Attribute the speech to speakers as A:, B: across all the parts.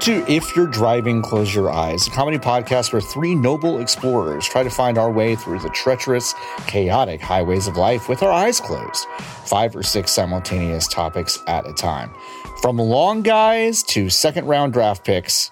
A: to If You're Driving, Close Your Eyes, a comedy podcast where three noble explorers try to find our way through the treacherous, chaotic highways of life with our eyes closed, five or six simultaneous topics at a time. From long guys to second round draft picks.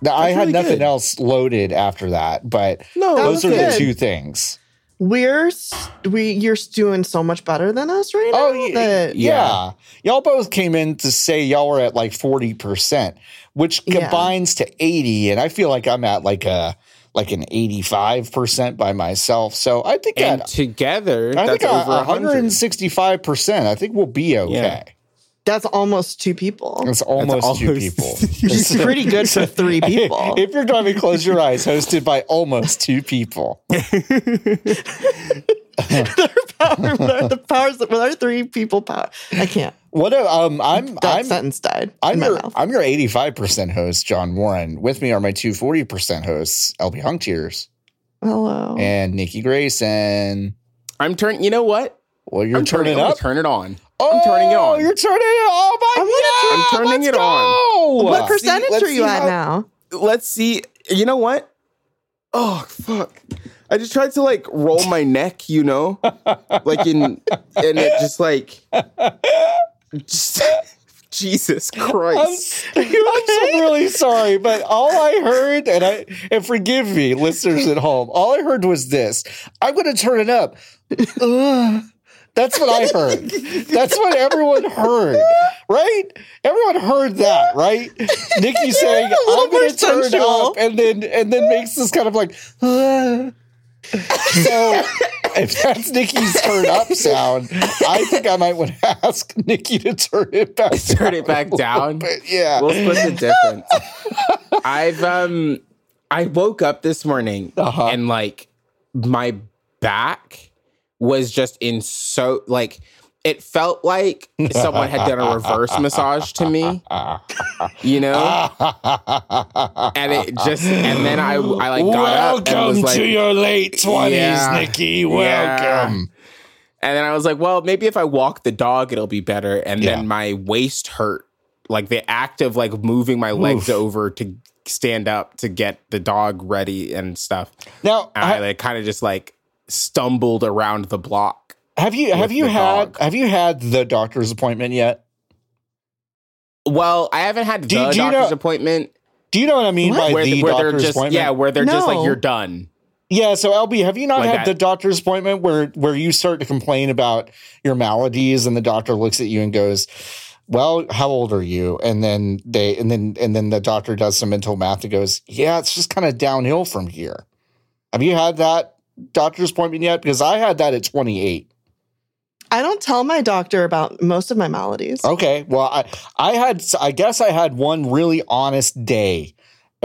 A: Now, I
B: That's
A: had
B: really
A: nothing
B: good.
A: else loaded after that, but
B: No,
A: those are
B: that's
A: the
B: good.
A: two things.
B: We're s- we you're doing so much better than us right now.
A: Oh, y-
B: that-
A: yeah. Y'all both came in to say y'all were at like 40%, which
B: Yeah.
A: combines to 80 and I feel like I'm at like a like an 85% by myself. So I think
C: And
A: at,
C: together,
A: I
C: that's
A: think at
C: over 100.
A: 165%, I think we'll be okay.
C: Yeah.
B: that's almost two people.
A: It's almost, two
C: almost-
A: people.
B: It's pretty good for three people.
A: if you're driving, close your eyes, hosted by almost two people.
B: power, where the powers with our three people power. I can't.
A: What a, um I'm
B: That
A: I'm
B: sentence died in
A: I'm
B: my
A: your,
B: mouth.
A: I'm your 85% host, John Warren. With me are my two 40% hosts, LB Hunktears
C: Oh.
B: Hello.
A: and Nikki Grayson.
C: I'm turning, you know what?
A: Well, you're
C: I'm
A: turning,
C: turning I'm gonna
A: up.
C: turn it on.
A: oh,
C: I'm turning it on.
A: You're turning it on. Oh, my
C: I'm turning
A: God,
C: it on.
A: let's
B: what
A: go.
C: per-
B: percentage
C: let's
B: are you
C: see
B: at
C: how-
B: now?
C: Let's see. You know what? Oh, fuck. I just tried to like roll my neck, you know? Like in, and it just like, just- Jesus
A: I'm,
C: Christ.
A: s- I'm so really sorry, but all I heard, and I and forgive me, listeners at home, all I heard was this: I'm going to turn it up. Ugh. That's what I heard. That's what everyone heard, right? Everyone heard that, right? Nikki saying,
B: a little
A: "I'm going
B: more
A: to turn it
B: sensual.
A: up," and then and then makes this kind of like. Ugh. So if that's Nikki's turn up sound, I think I might want to ask Nikki to turn it back.
C: Turn it back down.
A: But yeah.
C: We'll split the difference. I've um I woke up this morning
A: Uh-huh.
C: and like my back was just in so like it felt like someone had done a reverse massage to me. You know? And it just and then I I like got up and was
A: Welcome
C: like
A: to your late twenties,
C: Yeah.
A: Nikki.
C: Yeah.
A: Welcome.
C: And then I was like, well, maybe if I walk the dog, it'll be better. And
A: Yeah.
C: then my waist hurt. Like the act of like moving my legs over to stand up to get the dog ready and stuff.
A: Now,
C: And I
A: ha-
C: like kind of just like stumbled around the block.
A: have you have
C: with
A: you
C: the
A: had
C: dog.
A: have you had the doctor's appointment yet?
C: Well, I haven't had
A: Do-
C: the
A: do you
C: doctor's
A: know-
C: appointment
A: Do you know what I mean by
C: where,
A: the
C: where they're
A: doctor's
C: just
A: appointment?
C: yeah, where they're just
B: No.
C: like you're done.
A: Yeah, so LB, have you not
C: Like
A: had
C: that.
A: the doctor's appointment where where you start to complain about your maladies and the doctor looks at you and goes, "Well, how old are you?" And then they and then and then the doctor does some mental math and goes, "Yeah, it's just kind of downhill from here." Have you had that doctor's appointment yet? Because I had that at 28.
B: I don't tell my doctor about most of my maladies.
A: Okay. Well, I I had I guess I had one really honest day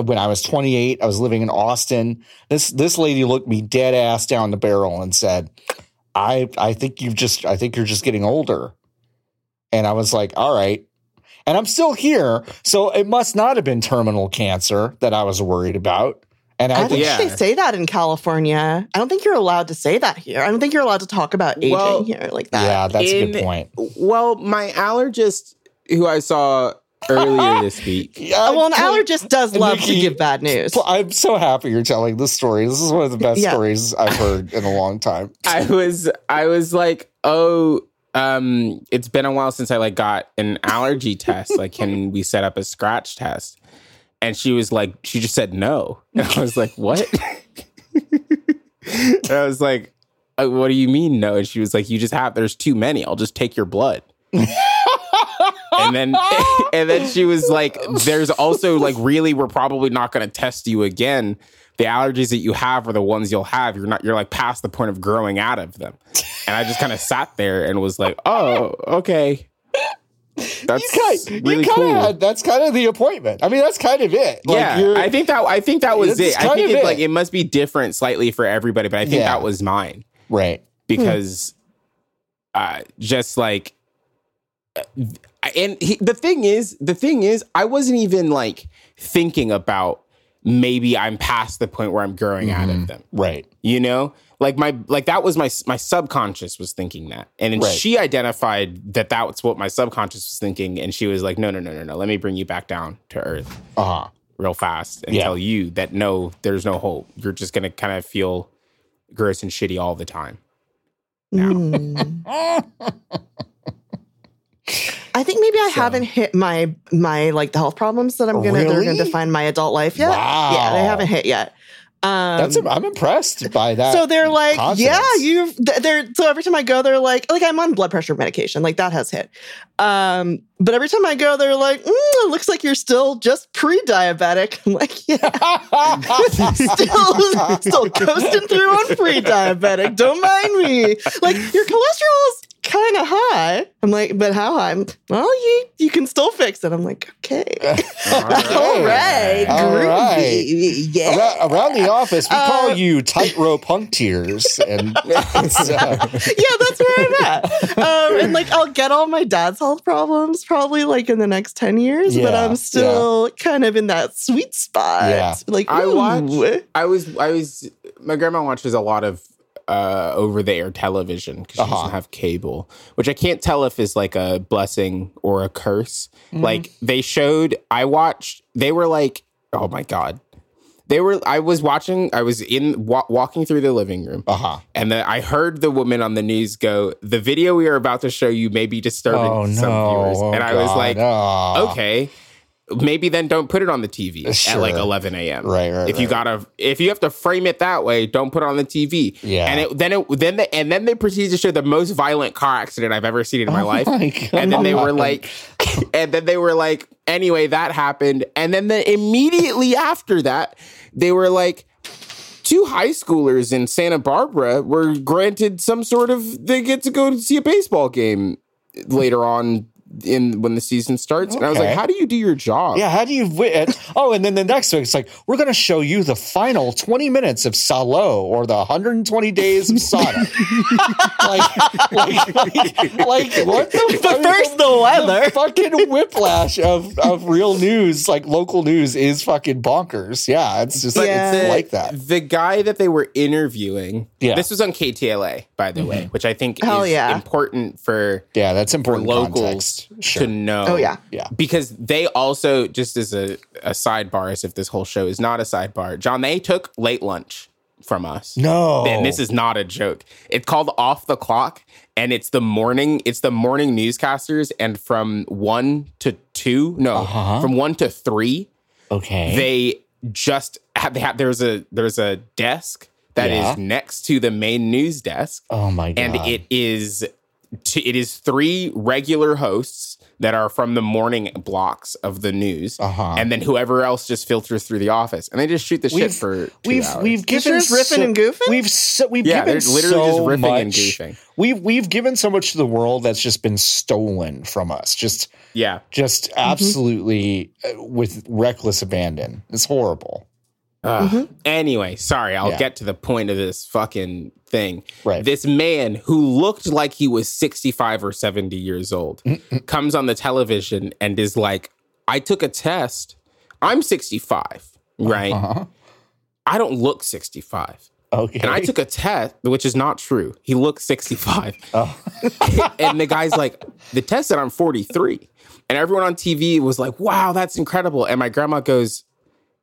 A: when I was 28. I was living in Austin. This this lady looked me dead ass down the barrel and said, "I I think you've just I think you're just getting older." And I was like, "All right." And I'm still here, so it must not have been terminal cancer that I was worried about. And I,
B: I don't
A: think
C: yeah.
B: think they say that in California. I don't think you're allowed to say that here. I don't think you're allowed to talk about aging
C: Well,
B: here like that.
A: yeah, that's a good
C: In-
A: point.
C: Well, my allergist who I saw earlier this week.
A: Yeah,
B: Uh, well, an
A: I-
B: allergist does love to
A: Nikki,
B: give bad news.
A: Well, I'm so happy you're telling this story. This is one of the best
B: Yeah.
A: stories I've heard in a long time.
C: I was I was like, oh, um, it's been a while since I like got an allergy test. Like, can we set up a scratch test? And she was like, she just said no. And I was like, what? and I was like, uh, what do you mean no? And she was like, you just have there's too many. I'll just take your blood. and then and then she was like, there's also like really we're probably not gonna test you again. The allergies that you have are the ones you'll have. You're not you're like past the point of growing out of them. And I just kind of sat there and was like, oh, okay. That's
A: you kind,
C: really
A: you kind
C: cool.
A: of had that's kind of the appointment. I mean, that's kind of it. Like,
C: yeah,
A: you're-
C: I think that I think that was
A: That's
C: it. I
A: kind
C: think
A: of
C: it, like
A: it.
C: it must be different slightly for everybody, but I think
A: Yeah.
C: that was mine
A: right.
C: because uh, just like uh, and he, the thing is the thing is i wasn't even like
A: Mm-hmm.
C: thinking about maybe i'm past the point where i'm growing out of them
A: Right.
C: you know like my like that was my my subconscious was thinking that and then
A: Right.
C: she identified that that's what my subconscious was thinking and she was like no no no no no let me bring you back down to earth
A: Uh huh.
C: real fast and
A: Yeah.
C: tell you that no there's no hope you're just gonna kind of feel gross and shitty all the time now.
A: Hmm.
B: Mm. I think maybe I
C: So-
B: haven't hit my my like the health problems that I'm gonna that are
A: Really?
B: gonna define my adult life yet. Yeah, they
A: Wow.
B: haven't hit yet. Um,
A: That's I'm impressed by that.
B: so they're like,
A: confidence.
B: yeah, you've th- they're so every time I go, they're like, like I'm on blood pressure medication, like that has hit. Um, but every time I go, they're like, mm, it looks like you're still just pre-diabetic. I'm like, yeah, still still coasting through on pre-diabetic. Don't mind me. Like your cholesterol's kind of high. I'm like, but how high? Well, you you can still fix it. I'm like, okay, all right,
C: Um,
A: All right.
B: groovy, yeah.
A: around, around the office, we call
B: Uh,
A: you tightrope punctiers, and it's, uh,
B: yeah, that's where I'm at. Um, and like, I'll get all my dad's health problems probably like in the next 10 years, but
A: Yeah,
B: I'm still kind of in that sweet spot.
A: Yeah.
B: Like,
C: I
B: ooh.
C: watch- I was I was my grandma watches a lot of uh over the air television because she
A: Uh-huh.
C: doesn't have cable, which I can't tell if is like a blessing or a curse.
A: Mm-hmm.
C: Like they showed I watched they were like oh my god. They were I was watching I was in wa- walking through the living room
A: uh huh.
C: and then I heard the woman on the news go the video we are about to show you may be disturbing
A: Oh
C: to
A: no!
C: some viewers
A: Oh,
C: and I was
A: God.
C: like
A: Oh.
C: okay maybe then don't put it on the tv at like
A: Sure.
C: 11 a.m
A: Oh, Right, right,
C: if you
A: right.
C: gotta if you have to frame it that way don't put it on the tv
A: Yeah.
C: and it, then it then they, and then they proceeded to show the most violent car accident i've ever seen in my life
A: my
C: and then they were
A: God.
C: like and then they were like anyway that happened and then the, immediately after that they were like two high schoolers in santa barbara were granted some sort of they get to go to see a baseball game later on in when the season starts and i was like
A: Okay.
C: how do you do your job
A: Yeah, how do you? Wi- and- oh, and then the next week, it's like we're going to show you the final twenty minutes of Salo or the hundred and twenty days of Sodom. like, like, like, like, what the?
B: But first, the weather.
A: fucking whiplash of of real news, like local news, is fucking bonkers. Yeah, it's just
B: But it's
A: it's
B: a-
A: like that.
C: the guy that they were interviewing
A: Yeah. Mm-hmm.
C: this was on ktla by the way which i think
B: Hell
C: is
B: yeah.
C: important for
A: Yeah, that's
C: for
A: important
C: locals
A: context. Sure.
C: to know.
B: Oh, yeah.
A: Yeah.
C: Because they also, just as a, a sidebar, as if this whole show is not a sidebar, John, they took late lunch from us.
A: no,
C: And this is not a joke. It's called Off the Clock, and it's the morning, it's the morning newscasters, and from one to two, no,
A: Uh-huh. Eh?
C: from one to three,
A: okay.
C: they just have they have there's a there's a desk that is
A: Yeah.
C: next to the main news desk
A: oh my god.
C: and it is t- it is three regular hosts that are from the morning blocks of the news,
A: Uh-huh.
C: and then whoever else just filters through the office, and they just shoot the shit
A: We've-
C: for 2
A: we've
C: hours.
A: we've
B: Just
A: given
B: riffing
A: so-
B: and goofing?
A: We've so, we've given
C: Yeah, they're literally just
A: so
C: riffing
A: much.
C: and goofing.
A: We've we've given so much to the world that's just been stolen from us. Just
C: yeah.
A: just
C: Mm-hmm.
A: absolutely uh, with reckless abandon. It's horrible.
C: Ugh. Anyway, sorry, I'll
A: Mm-hmm. Yeah.
C: get to the point of this fucking thing.
A: Right.
C: This man who looked like he was 65 or 70 years old comes on the television and is like, I took a test. I'm 65, right?
A: Uh-huh.
C: I don't look 65.
A: Okay.
C: And I took a test, which is not true. He looked 65.
A: Oh.
C: and the guy's like, the test said I'm 43. And everyone on TV was like, wow, that's incredible. And my grandma goes,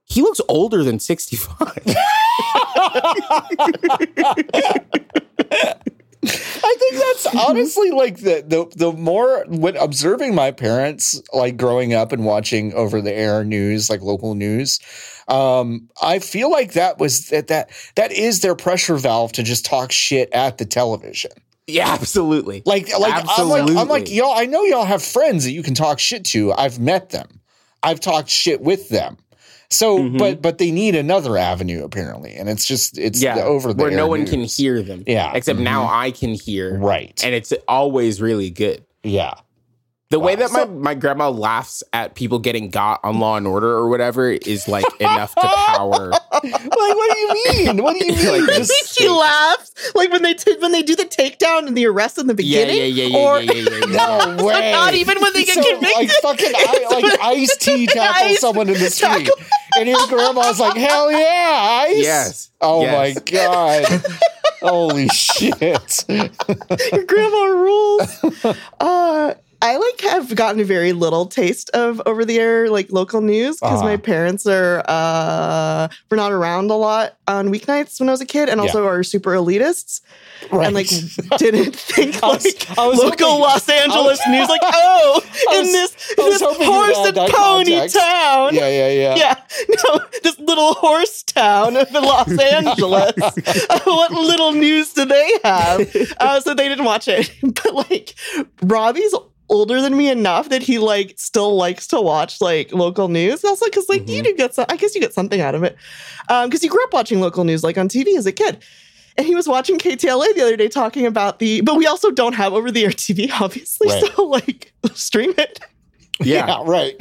C: he looks older than 65.
A: I think that's honestly like the the the more when observing my parents like growing up and watching over the air news like local news, um, I feel like that was that that that is their pressure valve to just talk shit at the television.
C: yeah, absolutely.
A: Like like I'm like I'm like
C: Absolutely.
A: y'all. I know y'all have friends that you can talk shit to. I've met them. I've talked shit with them. So,
C: Mm-hmm.
A: but but they need another avenue apparently, and it's just it's
C: yeah,
A: the over the
C: where no
A: air
C: one can
A: news.
C: hear them.
A: Yeah. Mm-hmm.
C: Except now I can hear.
A: Right.
C: And it's always really good.
A: yeah.
C: The way that my, my grandma laughs at people getting got on Law and Order or whatever is like enough to power.
A: Like, what do you mean? What do you mean?
C: Like,
B: I think she laughs like when they t- when they do the takedown and the arrest in the
C: Yeah, yeah,
B: beginning,
C: yeah, yeah,
B: or
C: yeah, yeah, yeah, yeah.
A: No way.
B: not even when they get convicted.
A: Like fucking I, like Ice T tackles
B: Ice
A: someone in the street,
B: tackle.
A: and your grandma's like, "Hell yeah, Ice!"
C: Yes.
A: Oh
C: Yes.
A: my god. Holy shit.
B: Your grandma rules. Uh, I like have gotten very little taste of over the air like local news because
A: Uh-huh.
B: my parents are uh were not around a lot on weeknights when I was a kid, and also are super elitists
A: Right.
B: and like didn't think
A: I
B: like
A: was- I was
B: local
A: hoping-
B: Los Angeles news like oh
A: I
B: in
A: was-
B: this
A: I was
B: this
A: hoping you
B: horse
A: had
B: and
A: that
B: pony
A: context.
B: town
A: yeah, yeah, yeah.
B: yeah, no, this little horse town of Los Angeles. what little news do they have? Uh, so they didn't watch it. But like, Robbie's older than me enough that he like still likes to watch like local news. Also, because like
A: Mm-hmm.
B: you do get some, I guess you get something out of it. Um, because you grew up watching local news like on TV as a kid. And he was watching KTLA the other day talking about the, but we also don't have over the air TV, obviously.
A: Right.
B: So like, stream it.
A: Yeah,
C: Yeah.
A: right.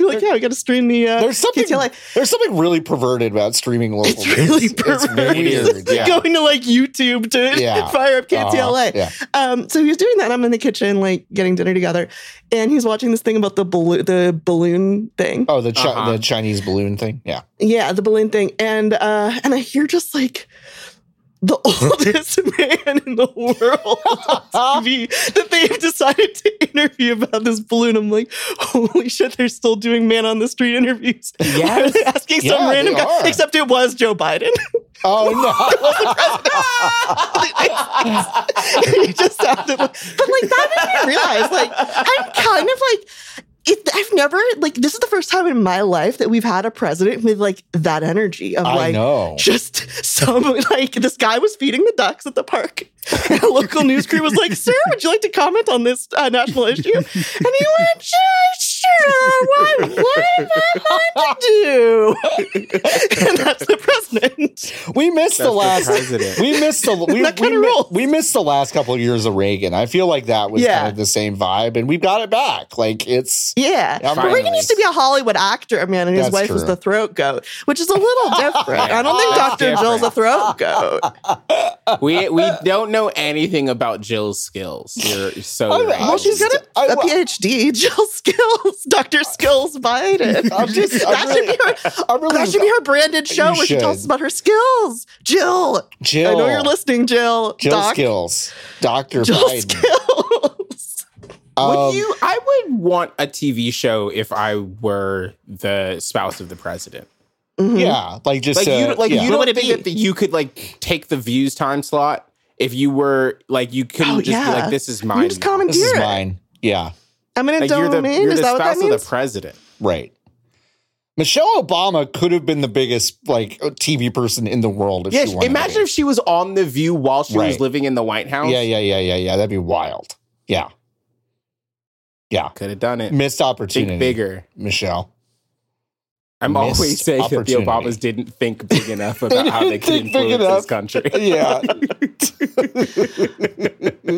B: We're like, yeah, we got to stream the. Uh,
A: There's something
B: KTLA.
A: there's something really perverted about streaming local
B: It's really
A: news.
B: perverted.
A: weird. Yeah.
B: going to like YouTube to
A: Yeah.
B: fire up KTLA.
A: Uh-huh. Yeah.
B: Um, so he was doing that. And I'm in the kitchen, like getting dinner together, and he's watching this thing about the balloon, the balloon thing.
A: Oh, the chi-
C: Uh-huh.
A: the Chinese balloon thing. Yeah.
B: Yeah, the balloon thing, and uh, and I hear just like the oldest man in the world on TV that they've decided to interview about this balloon. I'm like, holy shit, they're still doing man on the street interviews.
C: Yes.
B: They're asking
A: Yeah,
B: some
A: they
B: random
A: are.
B: guy, except it was Joe Biden.
A: Oh
B: he just sounded like, but like that made me realize, like, I'm kind of like, it, I've never like this is the first time in my life that we've had a president with like that energy of
A: no! I
B: like
A: know.
B: just some like this guy was feeding the ducks at the park. And a local news crew was like, "Sir, would you like to comment on this uh, national issue?" And he went, "Sure, sure. Why? What am I going to do?" and that's the president.
A: We missed the
C: That's the
A: last.
C: president.
A: we missed the. We,
B: That
A: we,
B: kinda
A: mi-
B: rules.
A: we missed the last couple of years of Reagan. I feel like that was
B: Yeah.
A: kind of the same vibe, and we got it back. Like it's.
B: Yeah.
A: Yeah,
B: but Reagan
C: finally.
B: used to be a Hollywood actor, man, and his
A: That's
B: wife was
A: true.
B: the throat goat, which is a little different. I don't think
C: That's
B: Dr. Jill's a
C: different.
B: throat goat.
C: we we don't know anything about Jill's skills. You're so
A: Oh,
C: right.
B: Well, she's got
A: just-
B: a,
A: I-
B: a PhD, Jill Skills, Dr. Skills Biden.
A: I'm just- I'm
B: that,
A: really-
B: should be her,
A: I really.
B: that should be her branded show where she
A: should.
B: tells us about her skills. Jill,
A: Jill.
B: I know you're listening, Jill.
A: Jill
B: Doc,
A: skills. Doctor
B: Jill
A: Biden.
B: Skills.
A: Um,
C: would you? I would want a TV show if I were the spouse of the president.
B: Mhm.
A: Yeah, like just
C: Like
A: uh,
C: you, like
A: yeah.
C: you
B: What
C: don't
B: would it
C: think
B: be?
C: that you could like take the views time slot if you were like you couldn't
B: Oh,
C: just be
B: yeah.
C: like this is
B: You
C: mine.
B: can just
C: now.
A: This is
B: commandeer it.
A: mine. Yeah,
B: I'm in a
C: Like you're the,
B: domain.
C: you're
B: Is
C: the
B: that what that
C: spouse of the
B: means?
C: president.
A: right. Michelle Obama could have been the biggest like TV person in the world if
C: Yeah,
A: she wanted. to
C: imagine
A: be.
C: if she was on the View while she
A: Right.
C: was living in the White House.
A: Yeah, yeah, yeah, yeah, yeah. That'd be wild. Yeah, yeah.
C: could have done it.
A: Missed opportunity.
C: Think bigger.
A: Michelle.
C: I'm
A: Missed
C: always saying that the
A: opportunity.
C: Obamas didn't think big enough about how they
A: didn't
C: could
A: think big
C: influence
A: enough.
C: this country.
A: Yeah.
B: She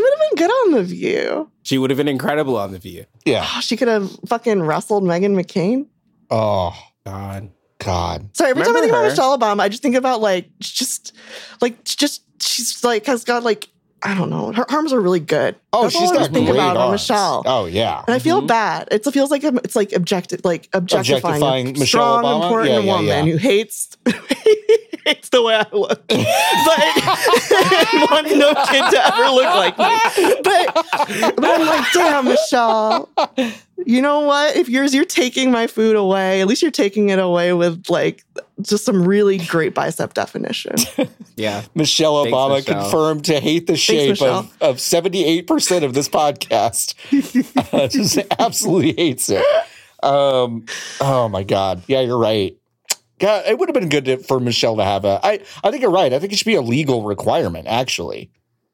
B: would have been good on The View.
C: She would have been incredible on the View.
A: yeah.
B: Oh, she could have fucking wrestled Megan McCain.
A: Oh
C: God,
A: God.
B: Sorry, every time
C: Remember
B: I think about
C: her.
B: Michelle Obama, I just think about like just like just she's like has got like I don't know. Her arms are really good.
A: Oh,
B: That's all
A: she's
B: I always
A: got
B: think
A: great
B: about
A: arms.
B: Michelle.
A: Oh yeah.
B: And I feel
C: Mhm.
B: bad. It's, it feels like I'm- it's like objective, like objectifying,
A: Objectifying
B: a
A: Michelle
B: strong,
A: Obama?
B: important
A: Yeah, yeah,
B: woman
A: yeah.
B: who hates hates the way I look, but wants no kid to ever look like me. But but I'm like, damn, Michelle. You know what? If yours, you're taking my food away. At least you're taking it away with like just some really great bicep definition.
C: yeah,
A: Michelle
C: Thanks,
A: Obama
C: Michelle.
A: confirmed to hate the shape
B: Michelle.
A: of, of 78% of this podcast. Uh, just absolutely hates it. Um, oh my God. Yeah, you're right. God, it would have been good to, for Michelle to have a. I, I think you're right. I think it should be a legal requirement, actually.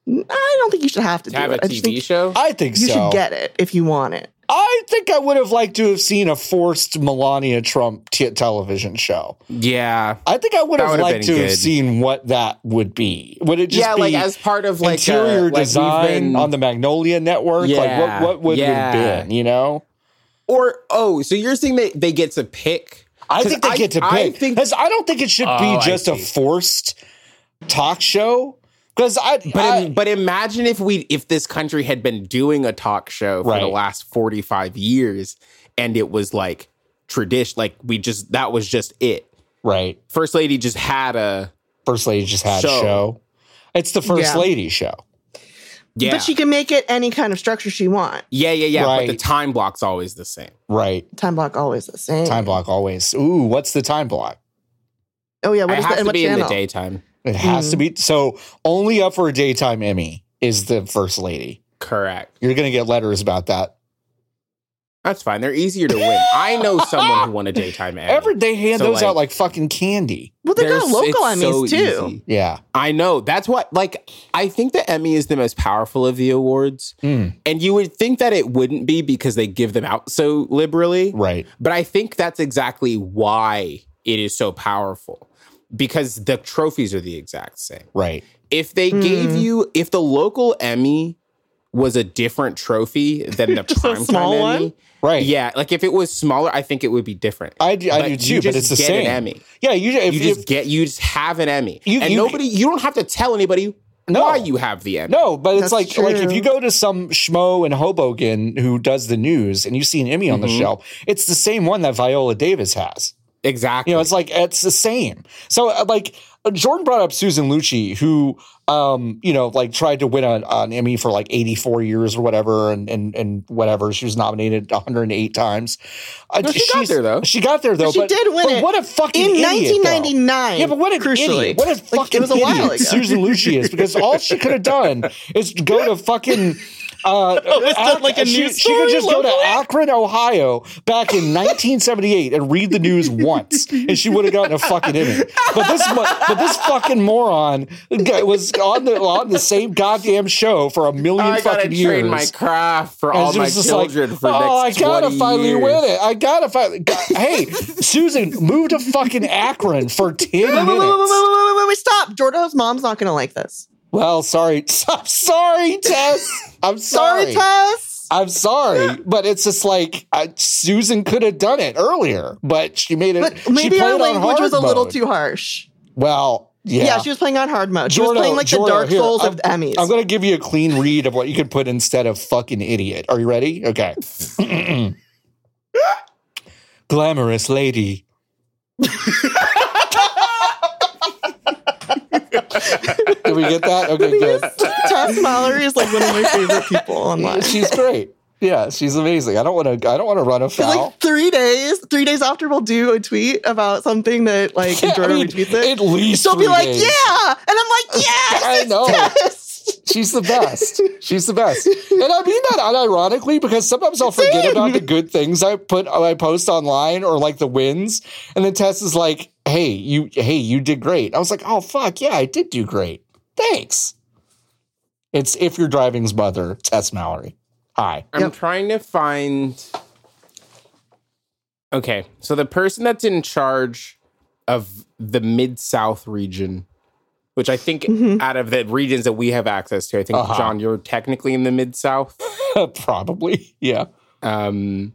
B: I don't think you should have to,
C: to
B: do
C: have a
B: it. I just
C: TV
B: think
C: show.
A: I think
B: you
A: so.
B: should get it if you want it.
A: I think I would have liked to have seen a forced Melania Trump t- television show.
C: Yeah,
A: I think I would
C: That
A: have
C: would have
A: liked to
C: been
A: have
C: good.
A: seen what that would be. Would it just
C: yeah,
A: be
C: like as part of like uh,
A: interior
C: like, we've
A: design
C: been-
A: on the Magnolia Network? like
C: Yeah,
A: what what would it
C: yeah.
A: have been? You know,
C: or oh, so you're saying that they get to pick?
A: I
C: 'Cause
A: think they get to pick.
C: I
A: I,
C: think
A: I don't think it should
C: Oh,
A: be
C: I
A: just a
C: see.
A: forced talk show. Because I,
C: But
A: I-
C: im- but imagine if we if this country had been doing a talk show for the
A: Right.
C: last 45 years and it was like tradition like we just that was just it.
A: right
C: First lady just had a
A: First lady just had
C: Show.
A: a show. It's the first
B: Yeah.
A: lady show.
C: Yeah.
B: But she can make it any kind of structure she wants.
C: yeah, yeah, yeah. But the
A: Right.
C: time block's always the same.
A: Right.
B: Time block always the same.
A: Time block always. Ooh, what's the time block?
B: Oh yeah, what
C: it
B: is
C: has
B: that? And
C: to
B: what
C: be in
B: channel?
C: the daytime.
A: It has
B: Mhm.
A: to be so only up for a daytime Emmy is the first lady.
C: Correct.
A: You're gonna get letters about that.
C: That's fine. They're easier to win. I know someone who won a daytime Emmy.
A: Every they hand
C: So,
A: those out like
C: like-
A: fucking candy.
B: Well, they got
C: There's-
B: local
C: it's so
B: Emmys too.
C: easy.
A: Yeah.
C: I know. That's what like I think the Emmy is the most powerful of the awards.
A: Mm,
C: And you would think that it wouldn't be because they give them out so liberally.
A: right.
C: But I think that's exactly why it is so powerful. Because the trophies are the exact same.
A: Right.
C: If they
B: Hmm.
C: gave you if the local Emmy was a different trophy than the
B: Just a
C: primetime
B: small
C: Emmy.
B: one?
A: Right.
C: Yeah, like if it was smaller, I think it would be different.
A: I, do- I
C: But
A: do
C: you
A: too, but
C: just
A: it's the
C: get
A: same.
C: An Emmy.
A: Yeah, you, if,
C: You just
A: if-
C: get you just have an Emmy,
A: You-
C: and
A: you-
C: nobody you don't have to tell anybody
A: No.
C: why you have the Emmy.
A: no, but
B: That's
A: it's like like if
B: true.
A: you go to some schmo in Hoboken who does the news and you see an Emmy on the
C: Mhm.
A: shelf, it's the same one that Viola Davis has.
C: exactly.
A: You know, it's like it's the same. So uh, like uh, Jordan brought up Susan Lucci, who um, you know, like tried to win an, an Emmy for like 84 years or whatever, and and and whatever. She was nominated 108 times. Uh,
C: No, she got
A: she's-
C: there, though.
A: She got there though.
B: She
A: but,
B: did win
A: but
B: it
A: What a fucking
B: in
A: idiot, though.
B: 1999.
A: Yeah, but what an
B: crucially.
A: idiot! What a fucking
B: like, it was a while
A: idiot
B: ago.
A: Susan Lucci is because all she could have done is go to fucking. Uh,
C: Oh,
B: it's not
A: Ac-
B: like a
A: she,
B: news
A: she could
B: story
A: just go
B: locally?
A: to Akron, Ohio, back in 1978 and read the news once, and she would have gotten a fucking Emmy. But this, mo- but this fucking moron g- was on the on the same goddamn show for a million
C: I gotta
A: fucking
C: train
A: years.
C: my craft for all
A: And she
C: my
A: was just like,
C: children for next
A: oh, I gotta
C: 20
A: finally
C: years.
A: win it. I gotta finally. Go- hey, Susan, move to fucking Akron for
B: Wait,
A: ten
B: wait, wait, wait, wait,
A: minutes.
B: wait, wait, wait, wait, stop. Jordan's mom's not gonna like this.
A: Well, sorry. I'm sorry, Tess. I'm
B: Sorry,
A: sorry.
B: Tess.
A: I'm sorry, but it's just like uh, Susan could have done it earlier, but she made it.
B: But
A: she
B: maybe
A: played
B: her
A: on
B: language
A: hard
B: was a little
A: mode.
B: too harsh.
A: Well, yeah.
B: Yeah. she was playing on hard mode. She
A: Jordan-
B: was playing like the
A: Jordan,
B: Dark
A: here,
B: Souls of
A: I'm-
B: Emmys.
A: I'm going to give you a clean read of what you could put instead of fucking idiot. Are you ready? Okay. Glamorous lady. Did we get that? Okay, good.
B: Tess Mallory is like one of my favorite people online.
A: She's great. Yeah, she's amazing. I don't want to. I don't want to run
B: Because
A: afoul.
B: like three days, three days after we'll do a tweet about something that like
A: Yeah, I
B: Jordan
A: mean,
B: retweets it.
A: At least
B: She'll be
A: three
B: like,
A: days.
B: yeah. And I'm like, yes,
A: I
B: it's
A: know.
B: Tess.
A: She's the best. She's the best. And I mean that unironically because sometimes I'll forget
B: Same.
A: about the good things I put I post online or like the wins. And then Tess is like, hey, you hey, you did great. I was like, oh fuck, yeah, I did do great. Thanks. It's if you're driving's mother, Tess Mallory. Hi.
C: I'm
B: Yep.
C: trying to find. Okay, so the person that's in charge of the Mid South region, which I think out of the regions that we have access to, I think
A: Mm-hmm. Uh-huh.
C: John, you're technically in the Mid South.
A: Probably. Yeah.
C: Um,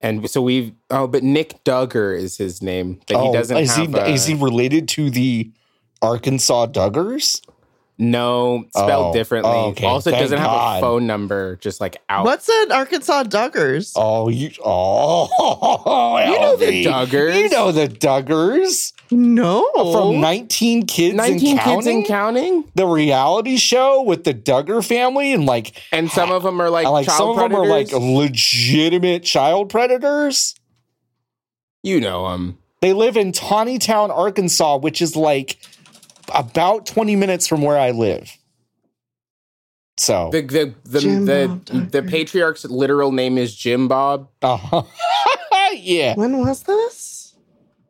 C: and so we've oh, but Nick Duggar is his name. That he doesn't
A: Oh, is
C: have.
A: he
C: a-
A: is he related to the Arkansas Duggars?
C: no spelled
A: Oh,
C: differently?
A: oh, okay.
C: Also
A: Thank
C: doesn't have a
A: God.
C: phone number. Just like out.
B: What's an Arkansas Duggars?
A: Oh, you oh
C: You know the
A: LV.
C: Duggars.
A: You know the Duggars.
B: No.
A: Oh, from 19 kids
C: 19
A: and counting
C: kids and counting?
A: the reality show with the Duggar family and like
C: and some of them are like,
A: and, like
C: child
A: some
C: predators.
A: of them are like legitimate child predators.
C: you know them.
A: They live in Tawny Town, Arkansas, which is like about 20 minutes from where I live. So,
C: The the the
B: Jim
C: the,
B: Bob
C: the
B: Duggar.
C: patriarch's literal name is Jim Bob.
A: uh yeah.
B: When was this?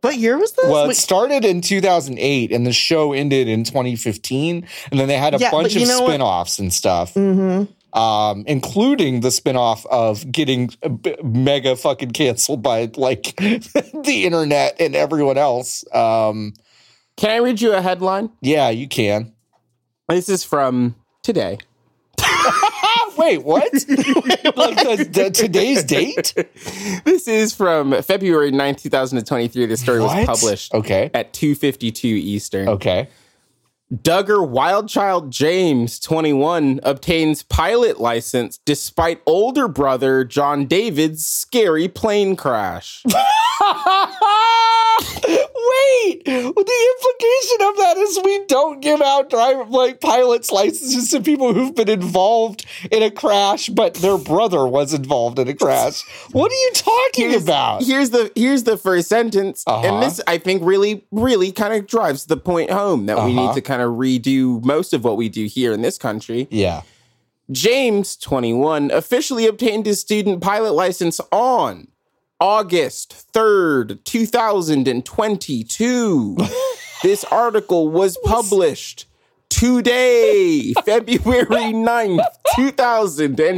B: What year was this?
A: Well, it
B: Wait,
A: started in 2008 and the show ended in 2015. And then they had a
B: Yeah,
A: bunch
B: but you
A: of
B: know what-
A: spin offs and stuff.
B: mhm.
A: um, including the spinoff of getting b- mega fucking canceled by like the internet and everyone else. Um,
C: Can I read you a headline?
A: yeah, you can.
C: This is from today.
A: Wait, what? like the, the, today's date?
C: This is from February 9th, 2023. This story was
A: What?
C: published
A: Okay.
C: at 2:52 Eastern.
A: Okay.
C: Duggar Wildchild James, 21, obtains pilot license despite older brother John David's scary plane crash.
A: Wait Right. The implication of that is we don't give out driver like pilots licenses to people who've been involved in a crash, but their brother was involved in a crash. What are you talking
C: Here's-
A: about?
C: Here's the here's the first sentence,
A: Uh-huh.
C: and this I think really really kind of drives the point home that we
A: Uh-huh.
C: need to kind of redo most of what we do here in this country.
A: Yeah.
C: James, 21, officially obtained his student pilot license on August 3rd, 2022. this article was published today, February 9th,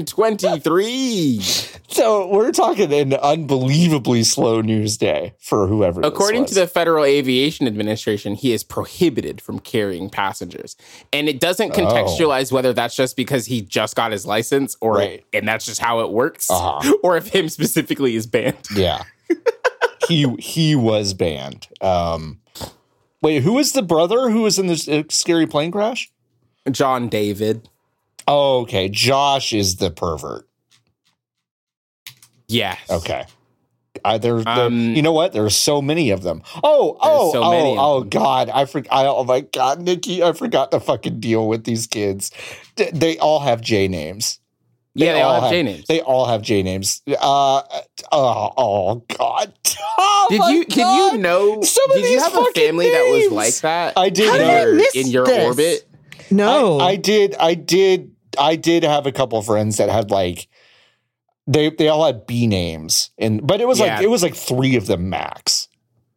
C: 2023.
A: So we're talking an unbelievably slow news day for whoever. this
C: According to
A: was.
C: the Federal Aviation Administration, he is prohibited from carrying passengers. And it
A: Oh.
C: doesn't contextualize whether that's just because he just got his license or
A: Right.
C: and that's just how it works
A: Uh-huh.
C: or if him specifically is banned.
A: yeah, he he was banned. Um, wait, who was the brother who was in this uh, scary plane crash?
C: John David.
A: Oh, okay. Josh is the pervert.
C: Yes.
A: Okay. I, there, there-
C: Um,
A: you know what? There are so many of them. Oh, oh,
C: so
A: oh,
C: many of
A: oh,
C: them.
A: God! I forgot. Oh my God, Nikki, I forgot to fucking deal with these kids. D- they all have J names.
C: yeah, they all have J names.
A: They all have J names. Uh, oh, oh God! Oh,
C: Did
A: my
C: you did you
A: God.
C: know
A: Some of
C: did you
A: these
C: have a
A: fucking
C: family that was
A: names.
C: like that?
A: I did
B: How
C: in
B: did I
A: know.
C: your-
B: miss
C: in your
B: this?
C: orbit?
B: No.
A: I, I did. I did. I did have a couple of friends that had like they they all had B names, and but it was
C: Yeah.
A: like it was like three of them max.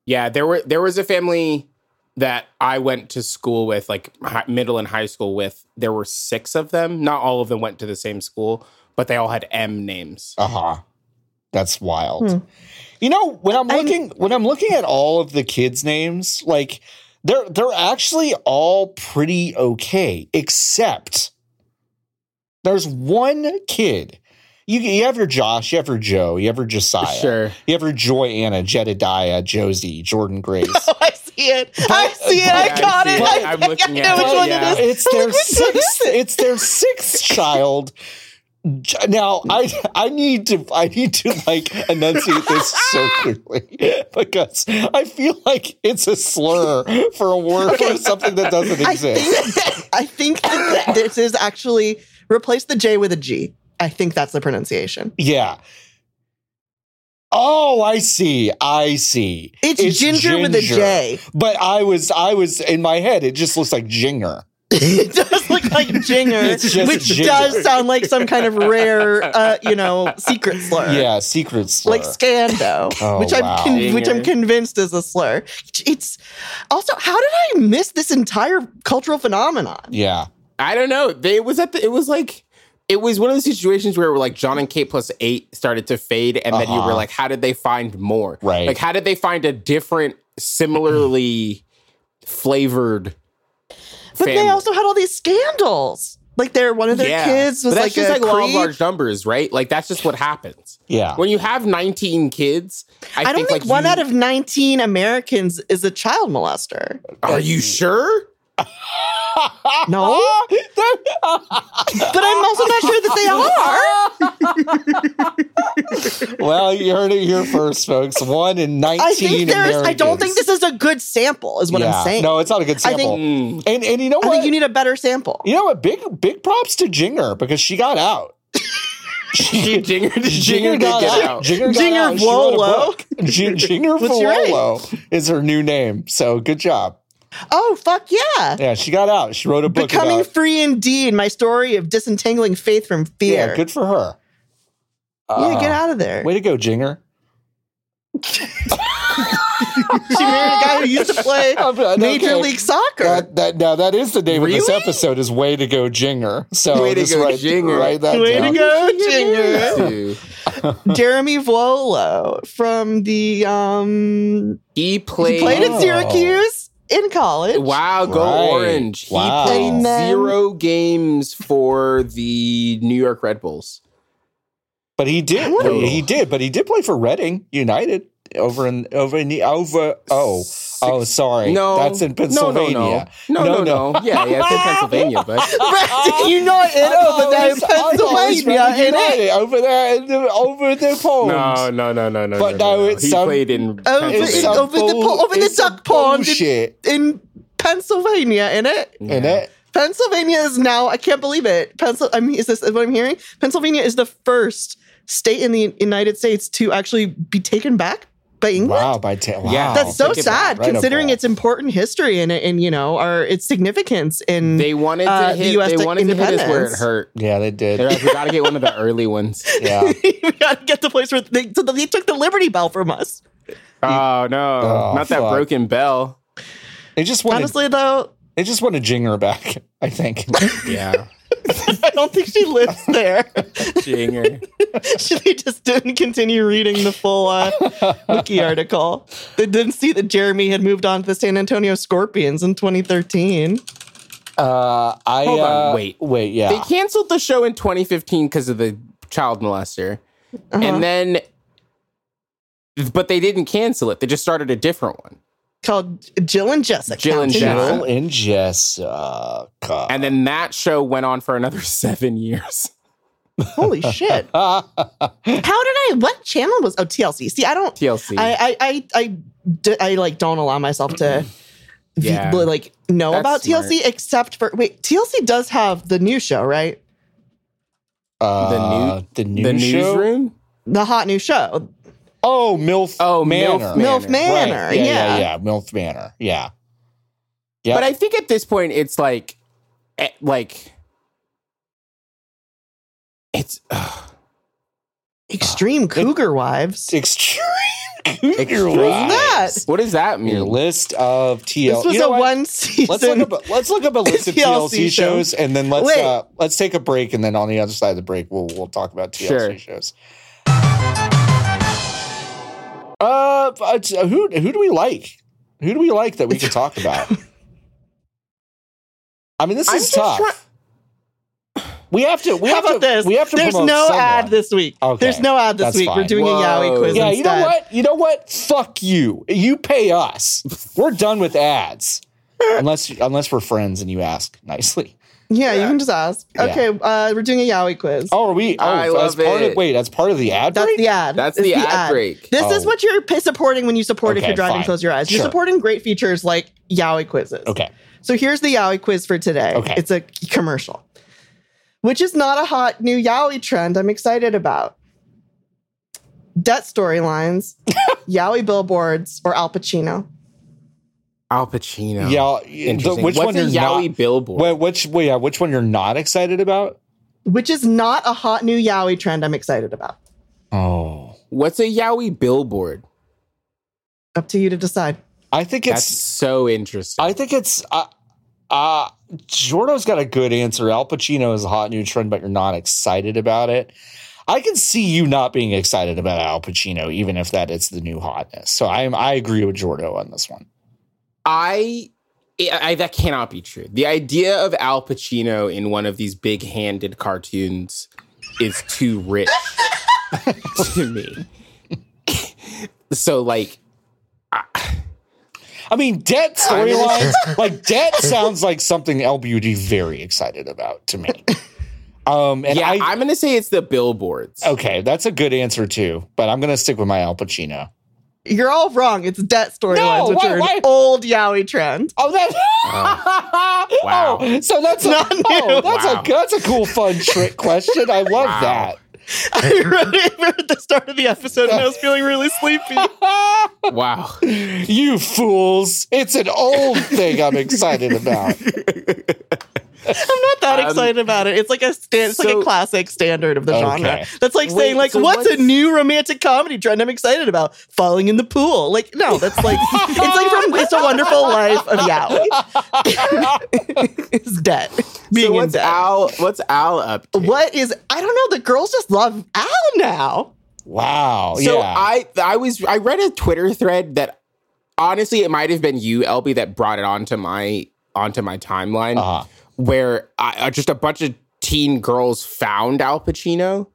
C: Yeah, there were there was a family that I went to school with, like hi, middle and high school with. There were six of them. Not all of them went to the same school, but they all had M names.
A: Uh huh. That's wild.
B: Hmm.
A: You know when I'm
B: I-
A: looking when I'm looking at all of the kids' names, like they're they're actually all pretty okay, except there's one kid. You you have your Josh, you have your Joe, you have your Josiah,
C: Sure.
A: you have your Joy Anna, Jedediah, Josie, Jordan Grace.
B: Oh, I see it. I see it.
C: Yeah,
B: I
C: I
B: got
C: see
B: it.
C: it.
B: I,
C: I'm
B: think
C: looking
B: I
C: at
B: know
C: it.
B: which one
C: Yeah.
B: it is.
A: It's their sixth. It's their sixth child. J- Now I I need to I need to like enunciate this so clearly because I feel like it's a slur for a word for something that doesn't
B: I
A: exist.
B: think, I think that that this is actually replace the J with a G. I think that's the pronunciation.
A: Yeah. Oh, I see. I see.
B: It's, ginger, with a J.
A: But I was I was in my head. It just looks like Jinger.
B: it does look like Jinger,
A: It's just
B: which
A: Jinger.
B: does sound like some kind of rare, uh, you know, secret slur.
A: Yeah, secret slur.
B: Like scando,
A: Oh,
B: which
A: wow.
B: I'm con- which I'm
C: Jinger.
B: convinced is a slur. It's also how did I miss this entire cultural phenomenon?
A: yeah.
C: I don't know. They it was at the, it was like it was one of those situations where like John and Kate plus eight started to fade, and then you
A: Uh-huh.
C: were like, how did they find more?
A: Right.
C: Like, how did they find a different, similarly flavored?
B: But they
C: family?
B: also had all these scandals. Like their one of their kids was
C: But
B: like
C: that's just like
B: a
C: law of
B: creep.
C: large numbers, right? Like that's just what happens.
A: Yeah.
C: When you have 19 kids, I,
B: I, don't think,
C: like
B: one
C: you-
B: out of 19 Americans is a child molester.
C: Are you sure?
B: No? but I'm also not sure that they are.
A: well, you heard it here first, folks. One in nineteen.
B: I think there's, I don't think
A: Americans.
B: this is a good sample, is what
A: Yeah.
B: I'm saying.
A: No, it's not a good
B: I think-
A: sample.
C: Mm.
A: and and you know
B: I
A: what?
B: think
A: You,
B: you need a better sample.
A: know what? Big big props to Jinger because she got out.
C: She
A: Jinger
C: Jinger, Jinger,
A: got
C: did
A: out.
C: get out.
A: Jinger, got
B: Jinger
A: out. She wrote a
B: Wolo.
A: book. J- Jinger
B: What's your name?
A: Vololo is her new name. So good job.
B: Oh, fuck yeah.
A: Yeah, she got out. She wrote a book.
B: Becoming
A: about,
B: free indeed, my story of disentangling faith from fear.
A: yeah, good for her.
B: Yeah, get
A: Uh,
B: out of there.
A: Way to go, Jinger.
B: She married a guy who used to play Major
A: Uh, Okay.
B: League Soccer.
A: That, that now that is the name of this
C: Really?
A: episode is way to go Jinger. So
C: Way to
A: just
C: go,
A: write,
C: Jinger.
A: write that
B: Way
A: down.
B: to go, Jinger.
C: Dude.
B: Jeremy Volo from the um
C: He
B: he
C: played.
B: played
A: Oh.
B: at Syracuse in college.
C: Wow, go
A: Right.
C: orange. He
A: Wow.
C: played
B: And then-
C: zero games for the New York Red Bulls.
A: But he did.
B: Oh.
A: He did. But he did play for Reading United over in over in the over. Oh, oh, sorry.
C: No,
A: that's in
C: No, no,
A: Pennsylvania.
C: no, no, no, no. Yeah, yeah, it's in Pennsylvania, but
B: Right, you know it, oh, but that is Pennsylvania, in it.
A: over there, in the, over the pond.
C: no, no, no, no, no.
A: Oh. But
C: no,
A: no,
C: no.
A: it's
C: he
A: some-
C: played in.
B: Over, in,
A: It's
C: Pennsylvania.
A: some
B: over the
A: bull-
B: po- over the
A: it's some
B: duck pond in,
A: bullshit.
B: in Pennsylvania, in it.
A: In
C: Yeah.
A: it,
B: Pennsylvania is now, I can't believe it. Pencil, I mean, is this what I'm hearing? Pennsylvania is the first state in the United States to actually be taken back by England.
A: wow, by ta- wow.
C: Yeah.
B: That's
C: Oh,
B: so
C: take it back,
B: sad
A: right
B: considering
A: up.
B: its important history and, and you know, our its significance in
C: They wanted to
B: Uh, the
C: hit.
B: US
C: they
B: to
C: wanted to hit us where it
B: independence.
C: hurt.
A: yeah, they
C: They're
A: did.
C: like, we gotta get one of the early ones.
A: Yeah.
B: we gotta get the place where they, so they took the Liberty Bell from us.
C: Oh no,
A: Oh,
C: not that
A: fuck.
C: broken bell.
A: They just want to,
B: Honestly, though,
A: they just want to jing her back. I think.
C: Yeah,
B: I don't think she lives there.
C: jinger.
B: she just didn't continue reading the full uh, wiki article. They didn't see that Jeremy had moved on to the San Antonio Scorpions in 2013.
A: Uh, I
C: Hold on,
A: uh,
C: wait.
A: wait,
C: They
A: yeah,
C: canceled the show in 2015 because of the child molester,
B: Uh-huh.
C: and then, but they didn't cancel it. They just started a different one,
B: Called Jill and Jessica.
C: Jill and Jess.
A: Jill and Jessica.
C: and then that show went on for another seven years.
B: Holy shit. How did I? What channel was? Oh, TLC. See, I don't.
C: TLC.
B: I I I I, d- I, like don't allow myself to v-
C: Yeah.
B: like know
C: That's
B: about TLC except for wait TLC does have the new show right
A: uh, the new
C: the
A: the new show?
C: newsroom.
B: the hot new show
A: Oh, Milf.
C: Oh,
A: Manor.
C: Milf Man-
B: MILF
A: Right,
B: Manor
A: Yeah,
B: yeah,
A: yeah, yeah. Milf Manor. Yeah, yeah.
C: But I think at this point, it's like, eh, like, it's uh, ugh,
B: Extreme Cougar Wives
A: extreme. Cougar
C: Extreme?
A: Wives.
C: what does that
A: Your
C: mean?
A: list of TL.
B: this was
A: you know
B: a
A: what?
B: one season
A: Let's look up. A, let's look up a list of TLC
B: TLC show.
A: shows, and then let's
B: Wait.
A: uh, let's take a break, and then on the other side of the break, we'll we'll talk about TLC
C: Sure.
A: shows. Uh, but, uh, who who do we like? Who do we like that we can talk about? I mean, this
C: I'm
A: is
C: just
A: tough. we have to. We
B: how
A: have
B: about
A: to,
B: this
A: We have to.
B: there's
A: promote
B: no
A: someone.
B: ad this week
A: Okay.
B: there's no ad this
A: That's
B: week
A: fine.
B: we're doing
C: Whoa.
B: a Yowie quiz
A: Yeah, you
B: instead.
A: know what? You know what? Fuck you. You pay us. We're done with ads. unless unless we're friends and you ask nicely.
B: yeah you can just ask
A: Yeah.
B: okay uh, we're doing a Yowie quiz
A: Oh, are we? Oh,
C: I
A: that's
C: love
A: part of,
C: it.
A: wait, that's part of the ad
B: That's
A: break?
B: the ad.
C: That's
B: It's
C: the ad break.
B: This
A: Oh.
B: is what you're p- supporting when you support if
A: Okay,
B: you're driving,
A: fine.
B: close your eyes.
A: Sure.
B: You're supporting great features like Yowie quizzes.
A: okay.
B: So here's the Yowie quiz for today.
A: Okay.
B: It's a commercial, which is not a hot new Yowie trend I'm excited about. Debt storylines, Yowie billboards, or Al Pacino.
C: Al Pacino.
A: Yeah. The,
C: Interesting.
A: which
C: What's
A: one
C: a
A: you're
C: Yowie
A: not?
C: billboard?
A: Wait, which well, yeah, which one you're not excited about?
B: Which is not a hot new Yowie trend I'm excited about.
A: Oh,
C: What's a Yowie billboard?
B: Up to you to decide.
A: I think
C: That's
A: it's.
C: so interesting.
A: I think it's. Uh, uh, Giorno's got a good answer. Al Pacino is a hot new trend, but you're not excited about it. I can see you not being excited about Al Pacino, even if that is the new hotness. So I am. I agree with Giorno on this one.
C: I, I, I- that cannot be true. The idea of Al Pacino in one of these big-handed cartoons is too rich to me. so like
A: I mean, debt storylines like debt sounds like something LBUD very excited about to me. Um, and
C: yeah,
A: I,
C: I, am gonna say it's the billboards.
A: okay, that's a good answer too, but I'm gonna stick with my Al Pacino.
B: You're all wrong. It's debt storylines, which
A: why-
B: are an
A: why-
B: old Yowie trend.
A: Oh, that
C: Wow.
A: Oh, so that's a,
B: Not new.
A: oh, that's
C: Wow.
A: a that's a cool fun trick question. I love
C: Wow.
A: that.
B: I wrote it at the start of the episode and I was feeling really sleepy.
C: Wow.
A: You fools! It's an old thing I'm excited about.
B: I'm not that
C: Um,
B: excited about it. It's like a stand, it's like
C: so-
B: a classic standard of the
A: Okay.
B: genre. That's like
C: Wait,
B: saying like,
C: so
B: what's,
C: what's-
B: a new romantic comedy trend I'm excited about? Falling in the pool. Like, no, that's like it's like from It's a Wonderful Life of Yowie. it's debt. Being
C: so
B: in
C: what's
B: debt.
C: Al? What's Al up? to?
B: What is I don't know. The girls just love Al now.
A: Wow.
C: So
A: yeah.
C: I I was I read a Twitter thread that honestly it might have been you LB that brought it onto my onto my timeline
A: Uh-huh.
C: where I, uh, just a bunch of teen girls found Al Pacino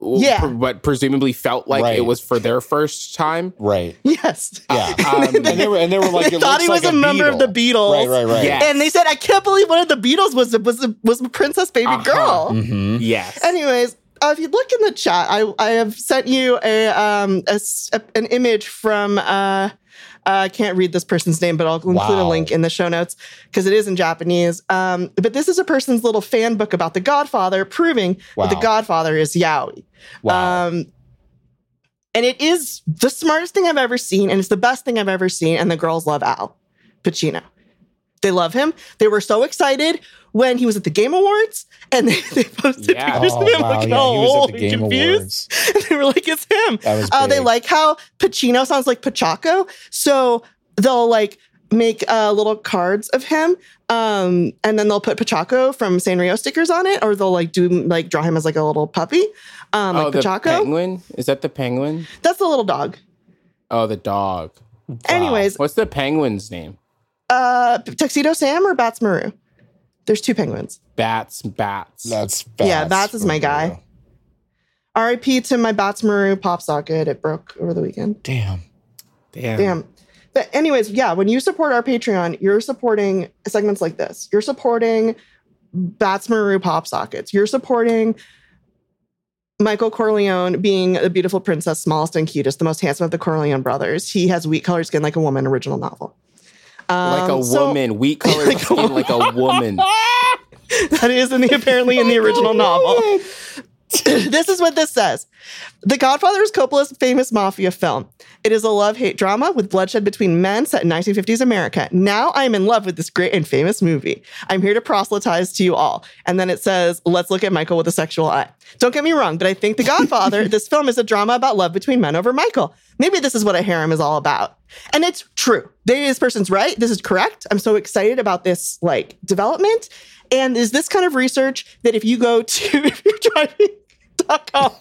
B: Yeah.
C: pre- but presumably felt like
A: Right.
C: it was for their first time.
A: Right.
B: Yes.
A: Yeah.
C: Um,
A: and they were and they were like
B: they
A: it
B: thought
A: looks
B: he was
A: like
B: a, member of the
A: beetle.
B: Beatles.
A: Right, right, right.
C: Yeah.
B: And they said, I can't believe one of the Beatles was was was a princess baby
C: Uh-huh.
B: girl.
A: Mhm.
B: Mm-hmm.
C: yes.
B: Anyways, uh, if you look in the chat, I I have sent you a um a s- a- an image from uh. I can't read this person's name, but I'll include a
A: Wow.
B: link in the show notes because it is in Japanese. Um, but this is a person's little fan book about The Godfather, proving that The
A: Wow.
B: Godfather is Yaoi.
A: Wow.
B: Um, and it is the smartest thing I've ever seen, and it's the best thing I've ever seen. And the girls love Al Pacino. They love him. They were so excited when he was at the Game Awards, and they, they posted
C: Yeah.
B: pictures
A: Oh,
B: of him looking all old and confused.
A: Awards.
B: And they were like, "It's him."
A: That was
B: Uh, they
A: big.
B: like how Pacino sounds like Pachaco, so they'll like make uh, little cards of him, um, and then they'll put Pachaco from Sanrio stickers on it, or they'll like do like draw him as like a little puppy, um,
C: oh,
B: like
C: the
B: Pachaco.
C: penguin? Is that the penguin?
B: That's the little dog.
C: Oh, the dog.
B: Anyways,
C: What's the penguin's name?
B: uh, Tuxedo Sam or Bats Maru? There's two penguins.
C: Bats. Bats.
A: That's
B: Yeah, Bats is my
A: for
B: guy.
A: real.
B: R.I.P. to my Bats Maru pop socket. It broke over the weekend.
A: Damn.
C: Damn.
B: Damn. But anyways, yeah, when you support our Patreon, you're supporting segments like this. You're supporting Bats Maru Pop Sockets. You're supporting Michael Corleone being the beautiful princess, smallest and cutest, the most handsome of the Corleone brothers. He has wheat colored skin like a woman, original novel.
C: Like a
B: Um, so-
C: woman, wheat colored
B: Like a
C: skin, like a woman.
B: that is in the apparently in the original novel. this is what this says. The Godfather is Coppola's famous mafia film. It is a love-hate drama with bloodshed between men set in 1950s America. Now I am in love with this great and famous movie. I'm here to proselytize to you all. And then it says, let's look at Michael with a sexual eye. Don't get me wrong, but I think The Godfather, this film is a drama about love between men over Michael. Maybe this is what a harem is all about. And it's true. They- This person's right. This is correct. I'm so excited about this like development. And is this kind of research that if you go to if you're driving patreon.com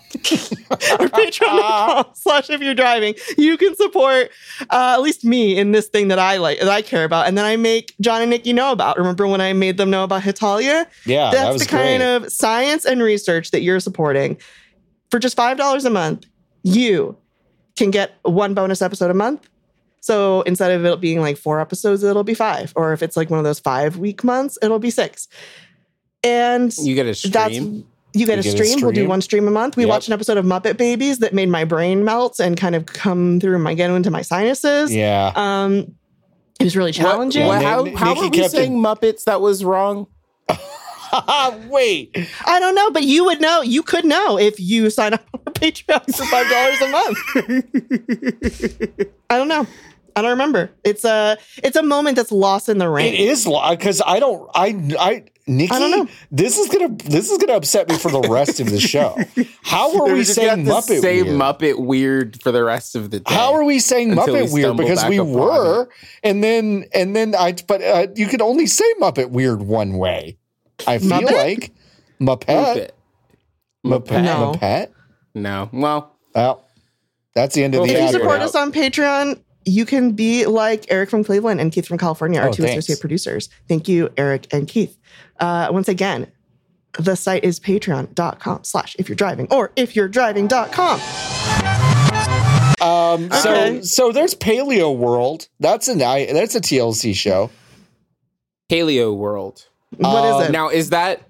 B: or patreon.com slash if you're driving you can support uh, at least me in this thing that i like that i care about and then i make john and nikki know about remember when i made them know about hitalia
A: Yeah,
B: that's
A: Ah, that was
B: the kind
A: great.
B: of science and research that you're supporting for just five dollars a month you can get one bonus episode a month so instead of it being like four episodes it'll be five or if it's like one of those five week months it'll be six and
C: You get a stream.
B: that's you get, a,
A: get a
B: stream. We'll do
A: stream.
B: one stream a month. We
A: Yep.
B: watched an episode of Muppet Babies that made my brain melt and kind of come through my get into my sinuses.
A: yeah.
B: Um, it was really challenging.
C: What,
A: And
C: how
A: then
C: how
A: Nikki
C: were we
A: kept it-
C: saying Muppets that was wrong?
A: Wait.
B: I don't know, but you would know. You could know if you sign up on our Patreon for five dollars a month. I don't know. I don't remember. It's a it's a moment that's lost in the
A: It
B: rain.
A: is because I don't. I I Nikki.
B: I don't know.
A: This is gonna. This is gonna upset me for the rest of the show. How are
C: They
A: we
C: were just gonna
A: saying
C: have to
A: Muppet?
C: say
A: weird?
C: Muppet weird for the rest of the day.
A: How are we saying
C: Until we
A: Muppet weird?
C: stumble
A: Because
C: back
A: we
C: upon
A: were, and then and then I. But uh, you could only say Muppet weird one way. I feel
B: Muppet?
A: like Muppet.
C: Muppet? Muppet.
B: No.
A: Muppet.
C: No. Well,
A: Well, that's the end of
C: Well,
A: the
B: if you
C: Yeah,
A: ad.
C: you're
B: support
C: out.
B: us on Patreon, you can be like Eric from Cleveland and Keith from California, our
A: Oh,
B: two
A: thanks.
B: associate producers. Thank you, Eric and Keith. Uh, once again, the site is patreon.com slash if you're driving or if you're driving.com.
A: Um, So
B: Okay.
A: so there's Paleo World. That's a ni- that's a TLC show.
C: Paleo World.
B: What is it?
C: Uh, Now is that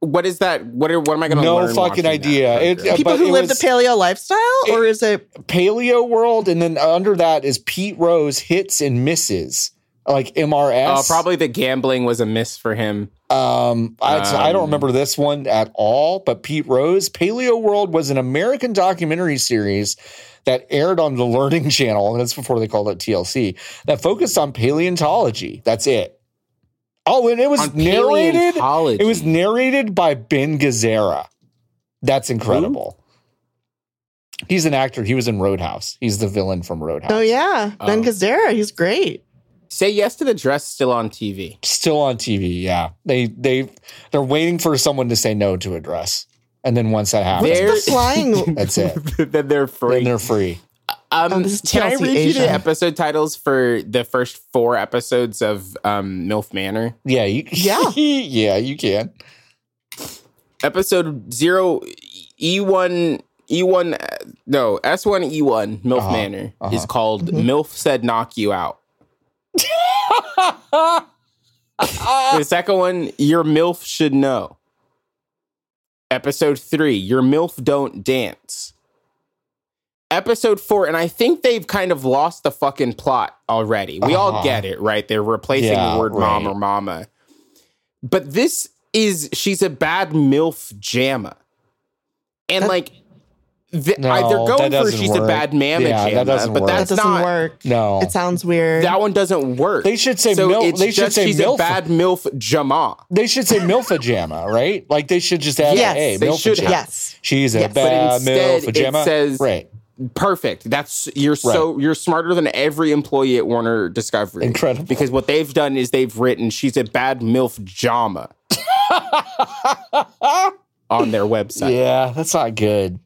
C: what is that? What are, what am I going to
A: No
C: learn?
A: fucking
C: watching that
A: idea. It-
C: program?
B: People
A: but
B: who
A: it
B: live
A: was-
B: the paleo lifestyle, or is it
A: Paleo World, and then under that is Pete Rose hits and misses, like MRS.
C: Uh, probably the gambling was a miss for him.
A: Um, I, so I don't
C: Um,
A: remember this one at all. But Pete Rose, Paleo World was an American documentary series that aired on the Learning Channel, and that's before they called it TLC. That focused on paleontology. That's it. Oh, and it was
C: On
A: narrated.
C: paleontology.
A: It was narrated by Ben Gazzara. That's incredible. He's an actor. He was in Roadhouse. He's the villain from Roadhouse.
B: oh yeah, Ben
C: Oh.
B: Gazzara, he's great.
C: Say yes to the dress still on TV.
A: Still on TV. Yeah, they they they're waiting for someone to say no to a dress, and then once that happens,
C: There-
B: The flying
A: that's it.
C: then they're free.
A: Then they're free.
C: um,
B: Oh, this is
C: can I
B: TLC
C: read you
B: Asia.
C: the episode titles for the first four episodes of um, MILF Manor?
A: Yeah, you,
B: Yeah.
A: yeah, you can.
C: Episode zero, E E1 E1 uh, no, S1 E1 MILF
A: Uh-huh,
C: Manor is
A: uh-huh.
C: called
B: Mhm.
C: MILF said knock you out. The second one, your MILF should know. Episode three, your MILF don't dance. Episode four, and I think they've kind of lost the fucking plot already. We all
A: Uh-huh.
C: get it, right? They're replacing
A: Yeah,
C: the word mom
A: right.
C: or mama. But this is, she's a bad MILF jamma. And
B: That-
C: like, th-
A: No,
C: I- they're
A: that
C: going for
A: doesn't
C: she's a
A: work.
C: bad mama
A: Yeah,
C: jamma,
A: that doesn't
C: but
A: work.
B: that
C: that's
B: doesn't
C: not,
B: work.
A: no.
B: It sounds weird.
C: that one doesn't work.
A: They should say
C: so
A: MILF-
C: it's
A: they should
C: just
A: say
C: she's a
A: MILF.
C: bad MILF jamma.
A: they should say milfajama, right? Like they should just add
B: Yes,
A: a hey,
C: they should
A: milfajama.
C: have.
B: yes.
A: She's a
B: Yes. But
A: bad
C: instead it
A: milfajama.
C: says-
A: right.
C: perfect. That's you're so you're smarter than every employee at Warner Discovery.
A: Incredible.
C: Because what they've done is they've written she's a bad MILF Jama on their website.
A: Yeah, that's not good.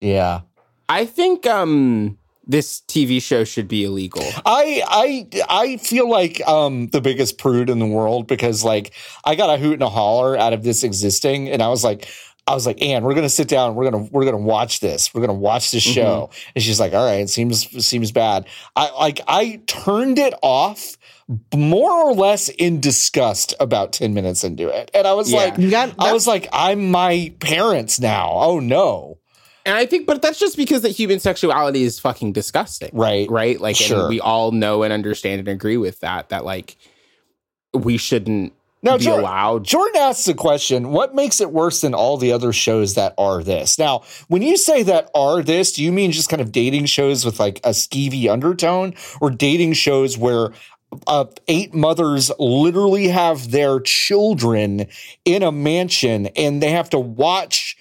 A: Yeah.
C: I think um this TV show should be illegal.
A: I I I feel like um the biggest prude in the world because like I got a hoot and a holler out of this existing and I was like I was like, Anne, we're gonna sit down. We're gonna we're gonna watch this. We're gonna watch this show. And she's like, All right, it seems seems bad. I like I turned it off more or less in disgust about ten minutes into it, and I was
C: Yeah.
A: like,
B: You got
A: I was like, I'm my parents now. Oh no,
C: And I think but that's just because that human sexuality is fucking disgusting.
A: right?
C: right? Like,
A: Sure.
C: and we all know and understand and agree with that. That like, we shouldn't
A: Now,
C: be
A: Jordan-
C: allowed.
A: Jordan asks the question, what makes it worse than all the other shows that are this? Now, when you say that are this, do you mean just kind of dating shows with like a skeevy undertone or dating shows where uh, eight mothers literally have their children in a mansion and they have to watch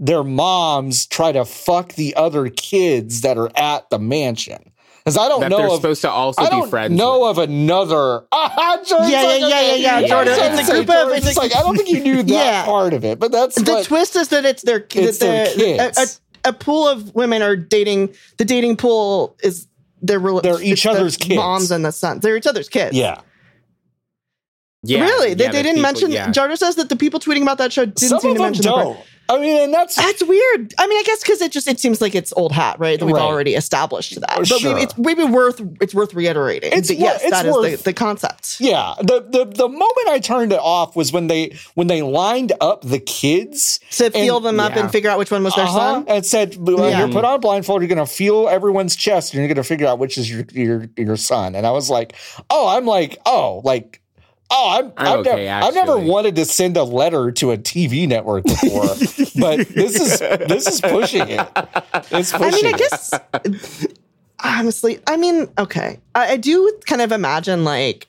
A: their moms try to fuck the other kids that are at the mansion? Because I don't
C: That they're
A: know if
C: supposed to also
A: I
C: be
A: don't
C: friends.
A: know of another. Ah, Jordan's
B: Yeah, yeah,
A: like,
B: yeah,
A: okay.
B: yeah,
C: yeah, Jordan.
A: Jordan's
C: It's a
A: like,
B: group of-
A: Jordan's
B: it's a-
A: like, I don't think you knew that
B: Yeah.
A: part of it, but that's
B: the
A: what-
B: twist is that it's their
A: It's
B: that
A: their
B: they're-
A: kids.
B: A, a, a pool of women are dating. The dating pool is their rela-
A: They're each
B: it's the
A: other's kids.
B: Moms and the sons. They're each other's kids.
A: yeah.
C: Yeah,
B: really? They,
C: yeah,
B: they
C: the
B: didn't
C: people-
B: mention.
C: yeah.
B: Jarter says that the people tweeting about that show didn't
A: Some
B: seem
A: of
B: to
A: them
B: mention that. part.
A: don't. I mean, and that's
B: That's weird. I mean, I guess because it just it seems like it's old hat, right? That we've
A: Right.
B: already established that.
A: Oh,
B: but
A: sure.
B: maybe it's maybe worth it's worth reiterating.
A: It's
B: that,
A: wor-
B: yes,
A: it's
B: that is
A: worth-
B: the, the concept.
A: yeah. The, the the moment I turned it off was when they when they lined up the kids
B: To feel them up
C: yeah.
B: and figure out which one was their
A: uh-huh,
B: son.
A: and said, well,
B: Yeah.
A: "You're put on a blindfold. You're gonna feel everyone's chest, and you're gonna figure out which is your your your son." And I was like, "Oh, I'm like, oh, like." Oh, I'm,
C: I'm
A: I've,
C: okay,
A: never, I've never
C: actually.
A: wanted to send a letter to a TV network before, but this is this is pushing it. It's pushing
B: I mean, I
A: it.
B: guess uh, honestly, I mean, okay, I, I do kind of imagine like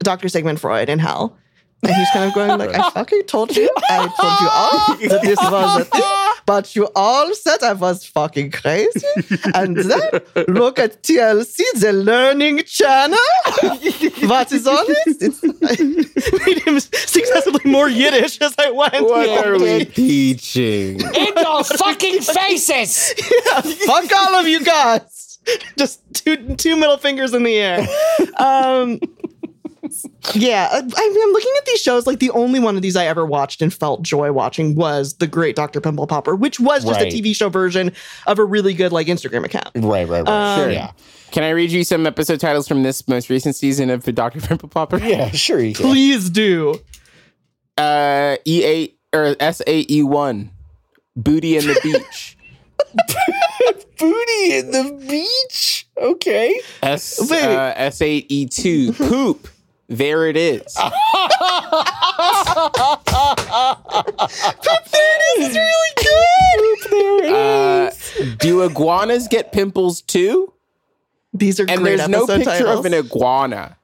B: Dr. Sigmund Freud in hell, and he's kind of going like, "I fucking told you, I told you all that this was a thing, but you all said I was fucking crazy." And then look at TLC, the Learning Channel. what is on it? It's, I made him successively more Yiddish as I went.
C: What
B: Yeah.
C: are we teaching?
A: in your fucking faces.
B: fuck all of you guys. Just two two middle fingers in the air. Um, yeah, I, I mean, I'm looking at these shows. Like the only one of these I ever watched and felt joy watching was the Great Dr. Pimple Popper, which was just
A: Right.
B: a TV show version of a really good like Instagram account.
A: Right, right, right.
B: Um,
A: sure. Yeah.
C: Can I read you some episode titles from this most recent season of Doctor Pimple Popper?
A: Yeah, sure. You can.
B: Please do.
C: Uh, E eight or S A E one, booty and the beach.
A: Booty in the beach. Okay.
C: S
B: Wait.
C: uh, S eight E two, poop. There it is.
B: This is really good.
C: Uh, do iguanas get pimples too?
B: These are
C: And
B: great
C: there's no
B: episode
C: picture
B: titles.
C: of an iguana.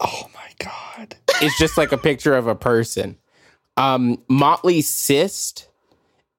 A: Oh my god.
C: It's just like a picture of a person. Um, Motley cyst.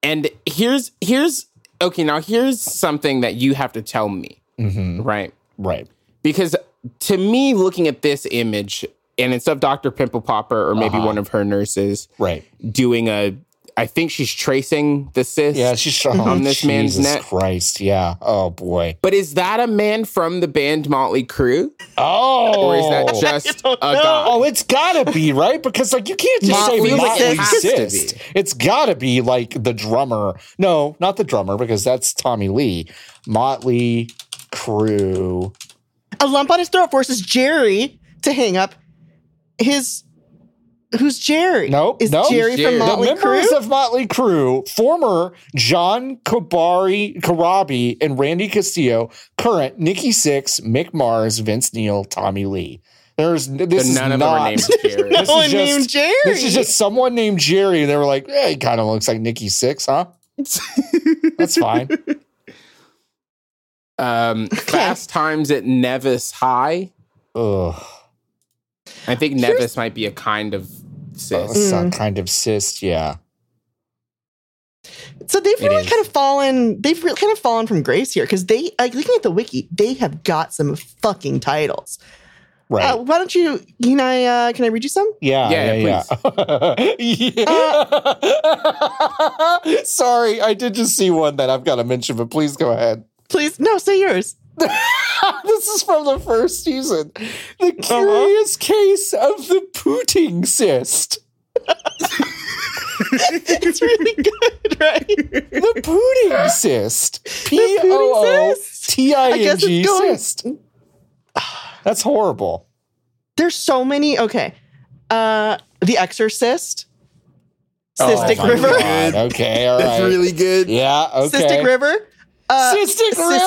C: And here's here's okay. Now here's something that you have to tell me,
A: hmm
C: right?
A: Right.
C: Because to me, looking at this image, and it's of Dr. Pimple Popper or maybe
A: Uh-huh.
C: one of her nurses
A: Right.
C: doing a I think she's tracing the cyst.
A: Yeah, she's strong.
C: On this man's
A: Oh, Jesus
C: neck.
A: Christ. Yeah. Oh boy.
C: But is that a man from the band Motley Crue,
A: Oh.
C: or is that just a
B: don't know.
C: guy?
A: Oh, it's gotta be right because like you can't just
C: Motley
A: say
C: Crue
A: Motley
C: has to be.
A: Cyst. It's gotta be like the drummer. No, not the drummer because that's Tommy Lee. Motley Crew.
B: A lump on his throat forces Jerry to hang up his. Who's Jerry?
A: Nope,
B: Is
A: nope.
B: Jerry
C: Jerry.
B: from
C: The
B: Motley
A: the members
B: Crue?
A: of Motley Crue, former John Kabari, Karabi, and Randy Castillo, current Nikki Six, Mick Mars, Vince Neil, Tommy Lee. There's this is
C: None of them
A: not,
C: are named Jerry.
A: this
B: no
A: is
B: one
A: just-
B: named Jerry.
A: This is just someone named Jerry. And they were like, eh, he kind of looks like Nikki Six, huh? That's fine.
C: Um, Fast Times at Nevis High.
A: Ugh.
C: I think
B: Here's-
C: Nevis might be a kind of cyst.
A: That's some
B: Mm.
A: kind of cyst, yeah.
B: So they've
C: It
B: really
C: is.
B: kind of fallen. They've really kind of fallen from grace here because they, like, looking at the wiki, they have got some fucking titles.
A: Right.
B: Uh, why don't you? Can I? Uh, can I read you some?
A: yeah,
C: yeah,
A: yeah, yeah. Yeah. Sorry, I did just see one that I've got to mention, but please go ahead.
B: Please, no, say yours.
A: this is from the first season. The curious case of the pooting cyst.
B: It's really good, right?
A: The pooting cyst. P
B: pooting
A: O O
B: cyst.
A: T I
B: I
A: N
B: guess
A: G
B: it's going-
A: cyst. That's horrible.
B: There's so many. Okay, uh, The Exorcist, Cystic
A: Oh my
B: River,
A: God. Okay, all right.
C: good.
A: yeah, okay.
B: Cystic River, uh,
A: Cystic River.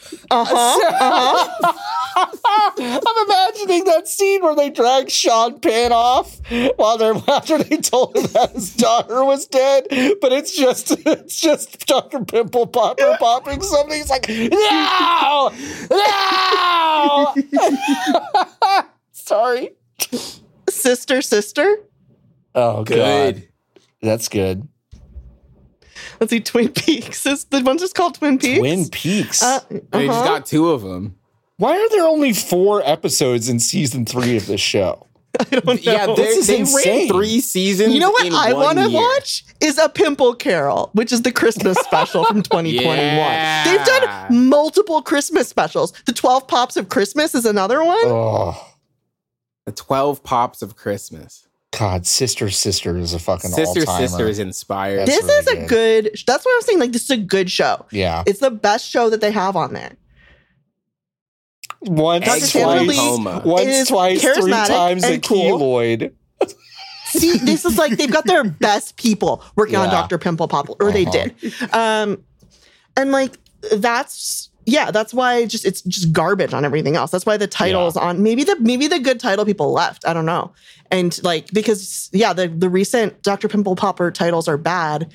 B: Sister. uh-huh. Uh huh.
A: I'm imagining that scene where they drag Sean Penn off while they're after they told him that his daughter was dead, but it's just it's just Dr. Pimple Popper popping something. He's like, no, no. Sorry.
B: Sister, sister.
A: Oh
C: Good.
A: that's good.
B: Let's see. Twin Peaks is the one's just called Twin Peaks.
A: Twin Peaks.
B: Uh,
C: They just
B: uh-huh.
C: got two of them.
A: Why are there only four episodes in season three of this show?
C: Yeah, they,
A: This is
C: they
A: insane.
C: ran three seasons.
B: You know what
C: in
B: I
C: want to
B: watch is a Pimple Carol, which is the Christmas special from 2021.
C: Yeah.
B: They've done multiple Christmas specials. The 12 Pops of Christmas is another one.
A: Oh
C: The Twelve Pops of Christmas.
A: God, Sister Sister is a fucking
C: Sister
A: all-timer.
C: Sister is inspired.
A: That's
B: this
A: really
B: is a good. That's what I'm saying. Like this is a good show.
A: Yeah.
B: It's the best show that they have on there.
A: Once,
B: Dr.
A: twice,
B: Sandra Lee
A: once,
B: is
A: twice, three
B: charismatic
A: times a
B: and cool.
A: keloid.
B: See, this is like they've got their best people working on
A: Yeah.
B: Dr. Pimple Popple, or they
A: Uh-huh.
B: did. Um, and like that's yeah, that's why just it's just garbage on everything else. That's why the titles on maybe the maybe the good title people left. I don't know. And like because yeah, the the recent Dr. Pimple Popper titles are bad.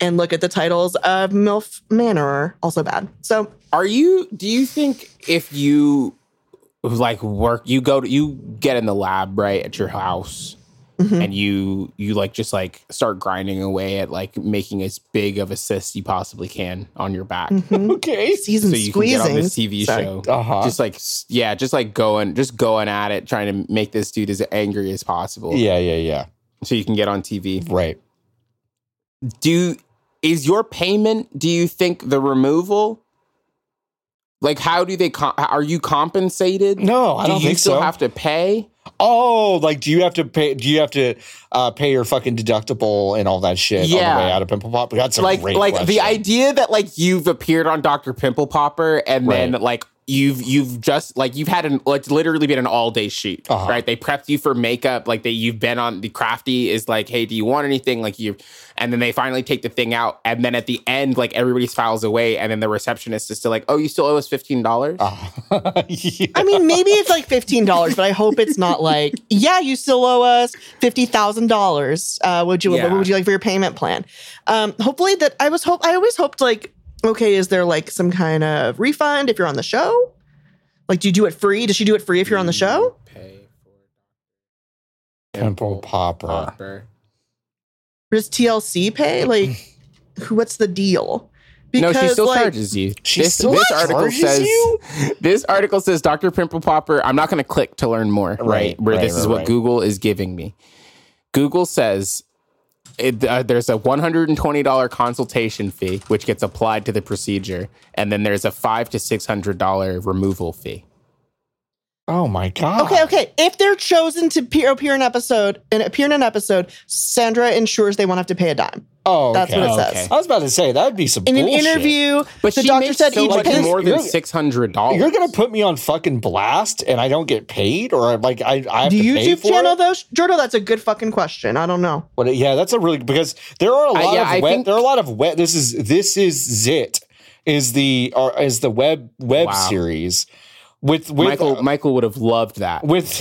B: And look at the titles of MILF Manor, also bad. So
C: Are you? Do you think if you like work, you go to you get in the lab right at your house,
B: mhm.
C: and you you like just like start grinding away at like making as big of a cyst you possibly can on your back,
B: Mhm.
A: Okay.
B: season
C: so you
B: squeezing
C: can get on this TV
B: Sorry.
C: show.
A: Uh-huh.
C: Just like s- yeah, just like going, just going at it, trying to make this dude as angry as possible,
A: yeah, yeah, yeah.
C: so you can get on TV.
A: Right.
C: do is your payment do you think the removal like how do they com- are you compensated
A: No, I
C: do
A: don't
C: you
A: think
C: still
A: so.
C: have to pay
A: oh, like do you have to pay do you have to uh, pay your fucking deductible and all that shit on
C: Yeah.
A: the way out of Pimple Pop? That's a
C: like
A: great
C: like the
A: question.
C: idea that like you've appeared on dr pimple popper and then
A: Right.
C: like you've you've just like you've had an like literally been an all day shoot
A: Uh-huh.
C: right they prepped you for makeup like that you've been on the crafty is like hey do you want anything like you and then they finally take the thing out and then at the end like everybody files away and then the receptionist is still like oh you still owe us $15
A: Uh, yeah.
B: I mean, maybe it's like fifteen dollars, but I hope it's not like, yeah, you still owe us fifty thousand uh, dollars. Would you?
C: Yeah.
B: What would you like for your payment plan? Um, hopefully that I was hope. I always hoped like, okay, is there like some kind of refund if you're on the show? Like, do you do it free? Does she do it free if you're on the
C: Mm.
B: show?
C: Pay for
A: Pimple Popper.
C: popper.
B: Or does TLC pay? Like, who? What's the deal?
C: No, she still
B: like,
C: charges you.
A: She still charges
C: says
A: you?
C: this article says Dr. Pimple Popper. I'm not going to click to learn more. Right,
A: Right,
C: where
A: right,
C: this is
A: right,
C: what
A: right.
C: Google is giving me. Google says it, uh, there's a $120 consultation fee, which gets applied to the procedure, and then there's a five to six hundred dollar removal fee.
A: Oh my god.
B: Okay, okay. If they're chosen to appear, appear in episode and appear in an episode, Sandra ensures they won't have to pay a dime.
A: Oh,
B: That's
A: okay.
B: what it says.
C: Okay.
A: I was about to say that would be some
B: In an
A: bullshit.
B: interview,
C: But
B: the
C: she
B: doctor
C: makes
B: said
C: so
B: each
C: much
B: patient-
C: more than
A: You're-
C: six hundred dollars.
A: You're gonna put me on fucking blast, and I don't get paid, or like I, I have
B: Do
A: to
B: you
A: pay
B: YouTube
A: for
B: channel
A: it?
B: though? Jordo, that's a good fucking question. I don't know.
A: But yeah, that's a really because there are a
C: I-
A: lot
C: yeah,
A: of
C: I
A: web.
C: think-
A: there are a lot of web. This is this is zit is the or is the web web
C: Wow.
A: series with with
C: Michael Michael would have loved that.
A: with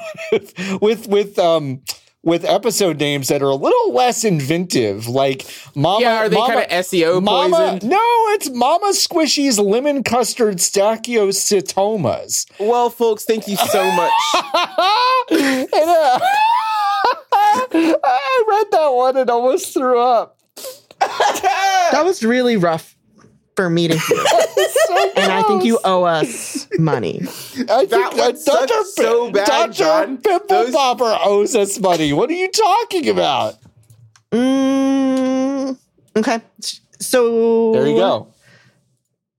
A: with with um with episode names that are a little less inventive, like Mama.
C: yeah, are they
A: Mama-
C: kind of SEO
A: Mama,
C: poisoned?
A: no, it's Mama Squishy's lemon custard stachyocitomas.
C: Well, folks, thank you so much.
A: and, uh, I read that one and almost threw up.
B: That was really rough for me to hear. and I think you owe us money.
A: I think
C: That one sucks so bad,
A: Dr.
C: John.
A: Pimple
C: Those-
A: Popper owes us money. What are you talking about?
B: Mm, okay. So
A: There you go.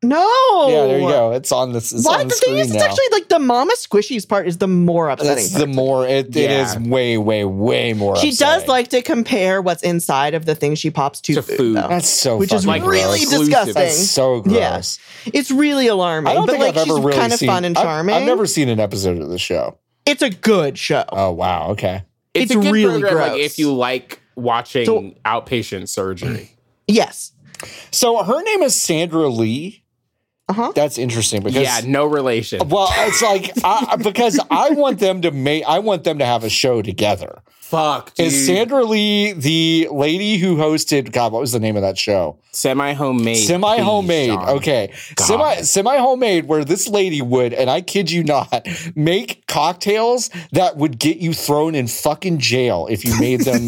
B: No.
A: Yeah, there you go. It's on this. It's on
B: Why the
A: the
B: thing
A: screen
B: is, it's
A: now.
B: actually like the Mama Squishies part is the more upsetting.
A: That's
B: part.
A: the more it,
C: Yeah.
A: it is way, way, way more.
B: she
A: upsetting.
B: does like to compare what's inside of the thing she pops to,
C: To
B: food,
C: food.
B: though.
A: that's so
B: which is
A: fucking
C: Like
B: really
C: gross.
B: disgusting.
A: That's so gross.
B: Yeah. It's really alarming.
A: I don't
B: but
A: think
B: like
A: I've ever
B: she's
A: really
B: kind of
A: seen.
B: fun and
A: I've-
B: charming.
A: I've, never seen an episode of the show.
B: It's a good show.
A: Oh wow. Okay.
B: It's really
C: Like,
B: gross.
C: if you like watching
B: So-
C: outpatient surgery,
B: yes.
A: So her name is Sandra Lee.
B: Uh huh.
A: That's interesting because
C: yeah, no relation.
A: Well, it's like I, because I want them to make. I want them to have a show together.
C: Fuck, dude.
A: Is Sandra Lee the lady who hosted? God, what was the name of that show?
C: semi homemade?
A: Semi homemade. Okay,
C: God.
A: semi semi homemade. Where this lady would, and I kid you not, make cocktails that would get you thrown in fucking jail if you made them.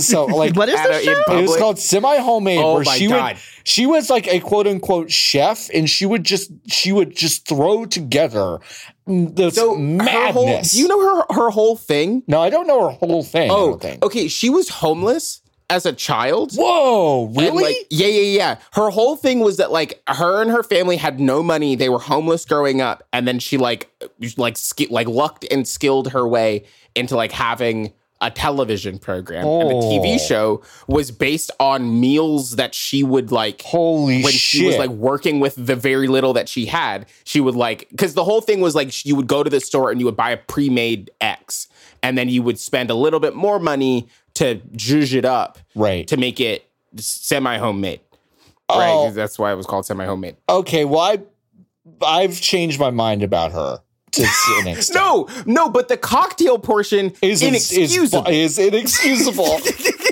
A: so like.
B: What is
C: At
B: this
C: a-
B: show?
C: in
A: It was
C: public?
A: called semi homemade,
C: Oh
A: where
C: my
A: she
C: God.
A: would she was like a quote unquote chef, and she would just she would just throw together this
C: So her
A: madness.
C: whole, do you know her her whole thing?
A: No, I don't know her whole thing. I
C: Oh,
A: don't think.
C: okay. She was homeless as a child.
A: Whoa,
C: And,
A: really?
C: like, yeah, yeah, yeah. Her whole thing was that like her and her family had no money. They were homeless growing up, and then she like like sk- like lucked and skilled her way into like having a television program. And the TV
A: Oh.
C: show was based on meals that she would like
A: Holy shit.
C: when she was like working with the very little that she had, she would like because the whole thing was like sh- you would go to the store and you would buy a pre-made X, and then you would spend a little bit more money to juice it up,
A: Right.
C: to make it semi homemade. Right,
A: Oh.
C: 'Cause that's why it was called semi homemade.
A: okay, well, I, I've changed my mind about her to an extent.
C: No, no, but the cocktail portion
A: Is,
C: is
A: is, is,
C: inexcusable.
A: is inexcusable.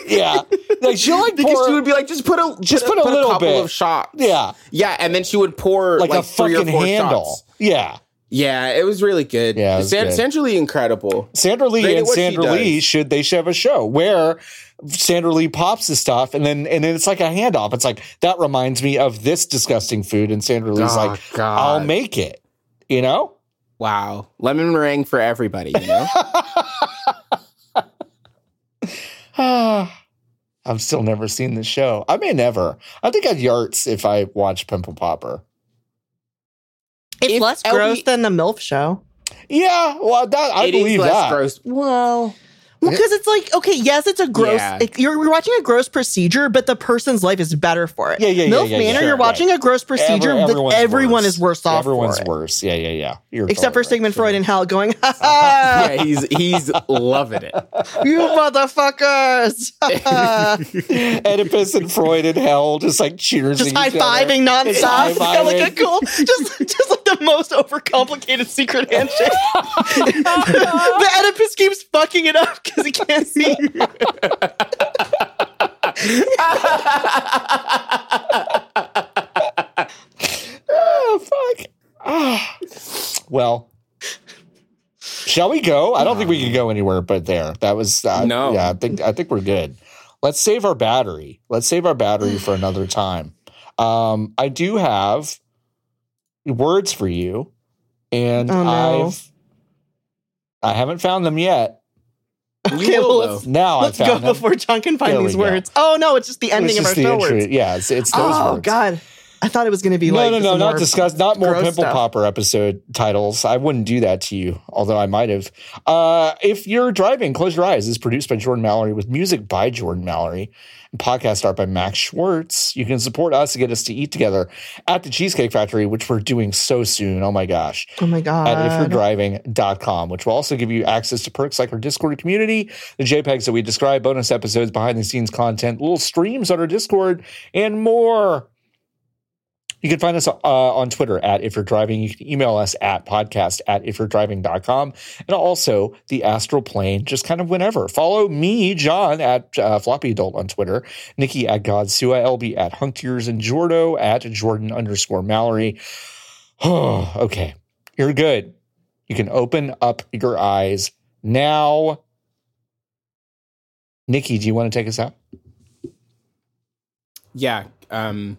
A: yeah. Like, she'll like
C: because
A: pour,
C: she would be like, just put a just
A: put a little
C: couple
A: bit.
C: of shots.
A: Yeah.
C: yeah, and then she would pour
A: like,
C: like,
A: a
C: three
A: fucking
C: or four
A: handle.
C: shots.
A: Yeah.
C: Yeah, it was really good.
A: Yeah, it was
C: San-
A: good.
C: centrally incredible.
A: Sandra Lee
C: Rated
A: and
C: what she
A: Sandra
C: does.
A: Lee should they should have a show where Sandra Lee pops the stuff and then and then it's like a handoff. It's like that reminds me of this disgusting food, and Sandra Lee's
C: Oh,
A: like,
C: God.
A: "I'll make it," you know.
C: Wow, lemon meringue for everybody. You know,
A: Ah, I've still never seen the show. I may never. I think I'd yarts if I watch Pimple Popper.
B: It's
C: If
B: less
C: LB
B: gross than the MILF show.
A: Yeah, well, that I
C: It is
A: believe
C: less
A: that.
C: gross. Well,
B: Well, because it's like, okay, yes, it's a gross,
C: Yeah.
B: it- you're, you're watching a gross procedure, but the person's life is better for it.
A: Yeah, yeah, yeah,
B: MILF
A: yeah, yeah,
B: Manor,
A: sure,
B: you're watching a gross procedure
A: Every-
B: that
A: worse.
B: everyone is worse off
A: Everyone's
B: for it.
A: worse. Yeah, yeah, yeah. You're
B: Except for
A: totally
B: Sigmund
A: right.
B: Freud and Hal going, ha ha,
C: yeah, he's he's loving it.
B: you motherfuckers.
A: Oedipus and Freud and Hell just like cheers.
B: just high fiving
A: It's
B: nonstop. It's got like a
A: high-fiving.
B: cool, just just like the most overcomplicated secret handshake. the Oedipus keeps fucking it up because he can't see.
A: Oh fuck. Ah. Well, shall we go? I don't think we can go anywhere but there. That was uh,
C: No.
A: Yeah, I think I think we're good. Let's save our battery. Let's save our battery for another time. Um, I do have words for you, and
B: Oh, no.
A: I've I haven't found them yet.
C: We
B: Okay,
C: will,
B: well,
C: though.
B: let's-
A: Now
B: Let's
A: Oh, I
B: go
A: found him.
B: before John can find
A: There we
B: these
A: go.
B: words. Oh no, it's just the ending
A: It's
B: of our
A: just
B: show
A: the intro.
B: words.
A: Yeah, it's, it's those
B: Oh
A: words.
B: god, I thought it was going to be
A: No,
B: like
A: no, no,
B: some
A: not
B: more-
A: discuss, not more
B: gross
A: pimple
B: stuff.
A: popper episode titles. I wouldn't do that to you, although I might have. Uh, if you're driving, close your eyes. Is produced by Jordan Mallory with music by Jordan Mallory and podcast art by Max Schwartz. You can support us to get us to eat together at the Cheesecake Factory, which we're doing so soon. Oh my gosh
B: Oh my god.
A: at ifyou'redriving.com, which will also give you access to perks like our Discord community, the JPEGs that we describe, bonus episodes, behind the scenes content, little streams on our Discord, and more. You can find us uh, on Twitter at If You're Driving. You can email us at podcast at ifyou'redriving.com and also the astral plane, just kind of whenever. Follow me, John, at uh, Floppy Adult on Twitter, Nikki at God, Sua, LB at Hunk Tears, and Jordo at Jordan underscore Mallory. okay, you're good. You can open up your eyes now. Nikki, do you want to take us out?
C: Yeah. Um,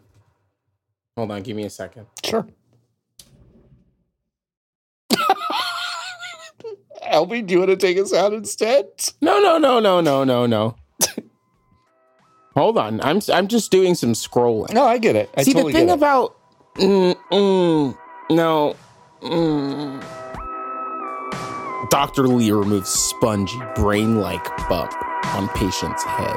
C: hold on. Give me a second.
A: Sure. Albie, do you want to take us out instead?
C: No, no, no, no, no, no, no. hold on. I'm I'm just doing some scrolling.
A: No, I get it. I
C: See
A: totally
C: the thing
A: get it.
C: about mm, mm, no. Mm. Dr. Lee removes spongy, brain like bump on patient's head.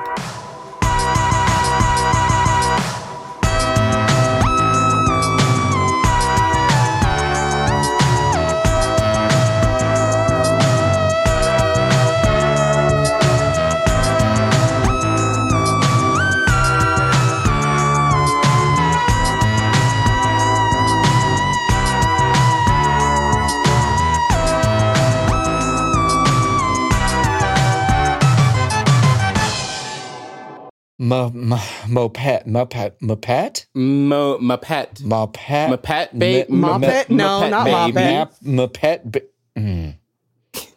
A: Mo- mo- moped, moped, moped,
C: Mo, my
A: moped,
C: pet. My pet, babe.
A: M-
C: My
A: Muppet?
C: pet- my
B: No,
C: pet
B: not
C: baby.
B: Muppet.
A: map, moped, ba- mm.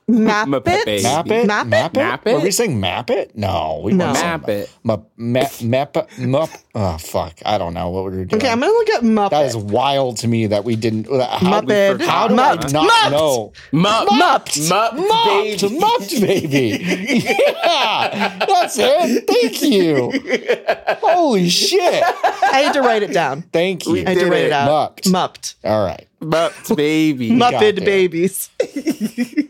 B: Map
C: Muppet
B: it?
C: Baby.
A: map it,
B: Map it?
A: map it.
C: Map it?
A: Were we saying map it? No, we
B: No.
A: weren't saying
C: Map it.
A: Map, map, map, map. Oh fuck! I don't know what we were doing.
B: Okay, I'm gonna look at Muppet.
A: That is wild to me that we didn't. How,
C: we
B: Muppet.
C: forgot.
A: how do I
B: Mupped.
A: not
B: Mupped.
A: know?
C: Mup.
B: Mupped.
C: Mup.
A: Mupped,
C: baby.
A: mupped baby. yeah, that's it. Thank you. Holy shit!
B: I had to write it down.
A: Thank
C: We
A: you.
B: I had
C: Did
B: to write
C: it.
B: it out.
A: Mupped.
B: Mupped.
A: All right.
C: Mupped baby.
A: Mup-
B: Muppet
A: there.
B: babies.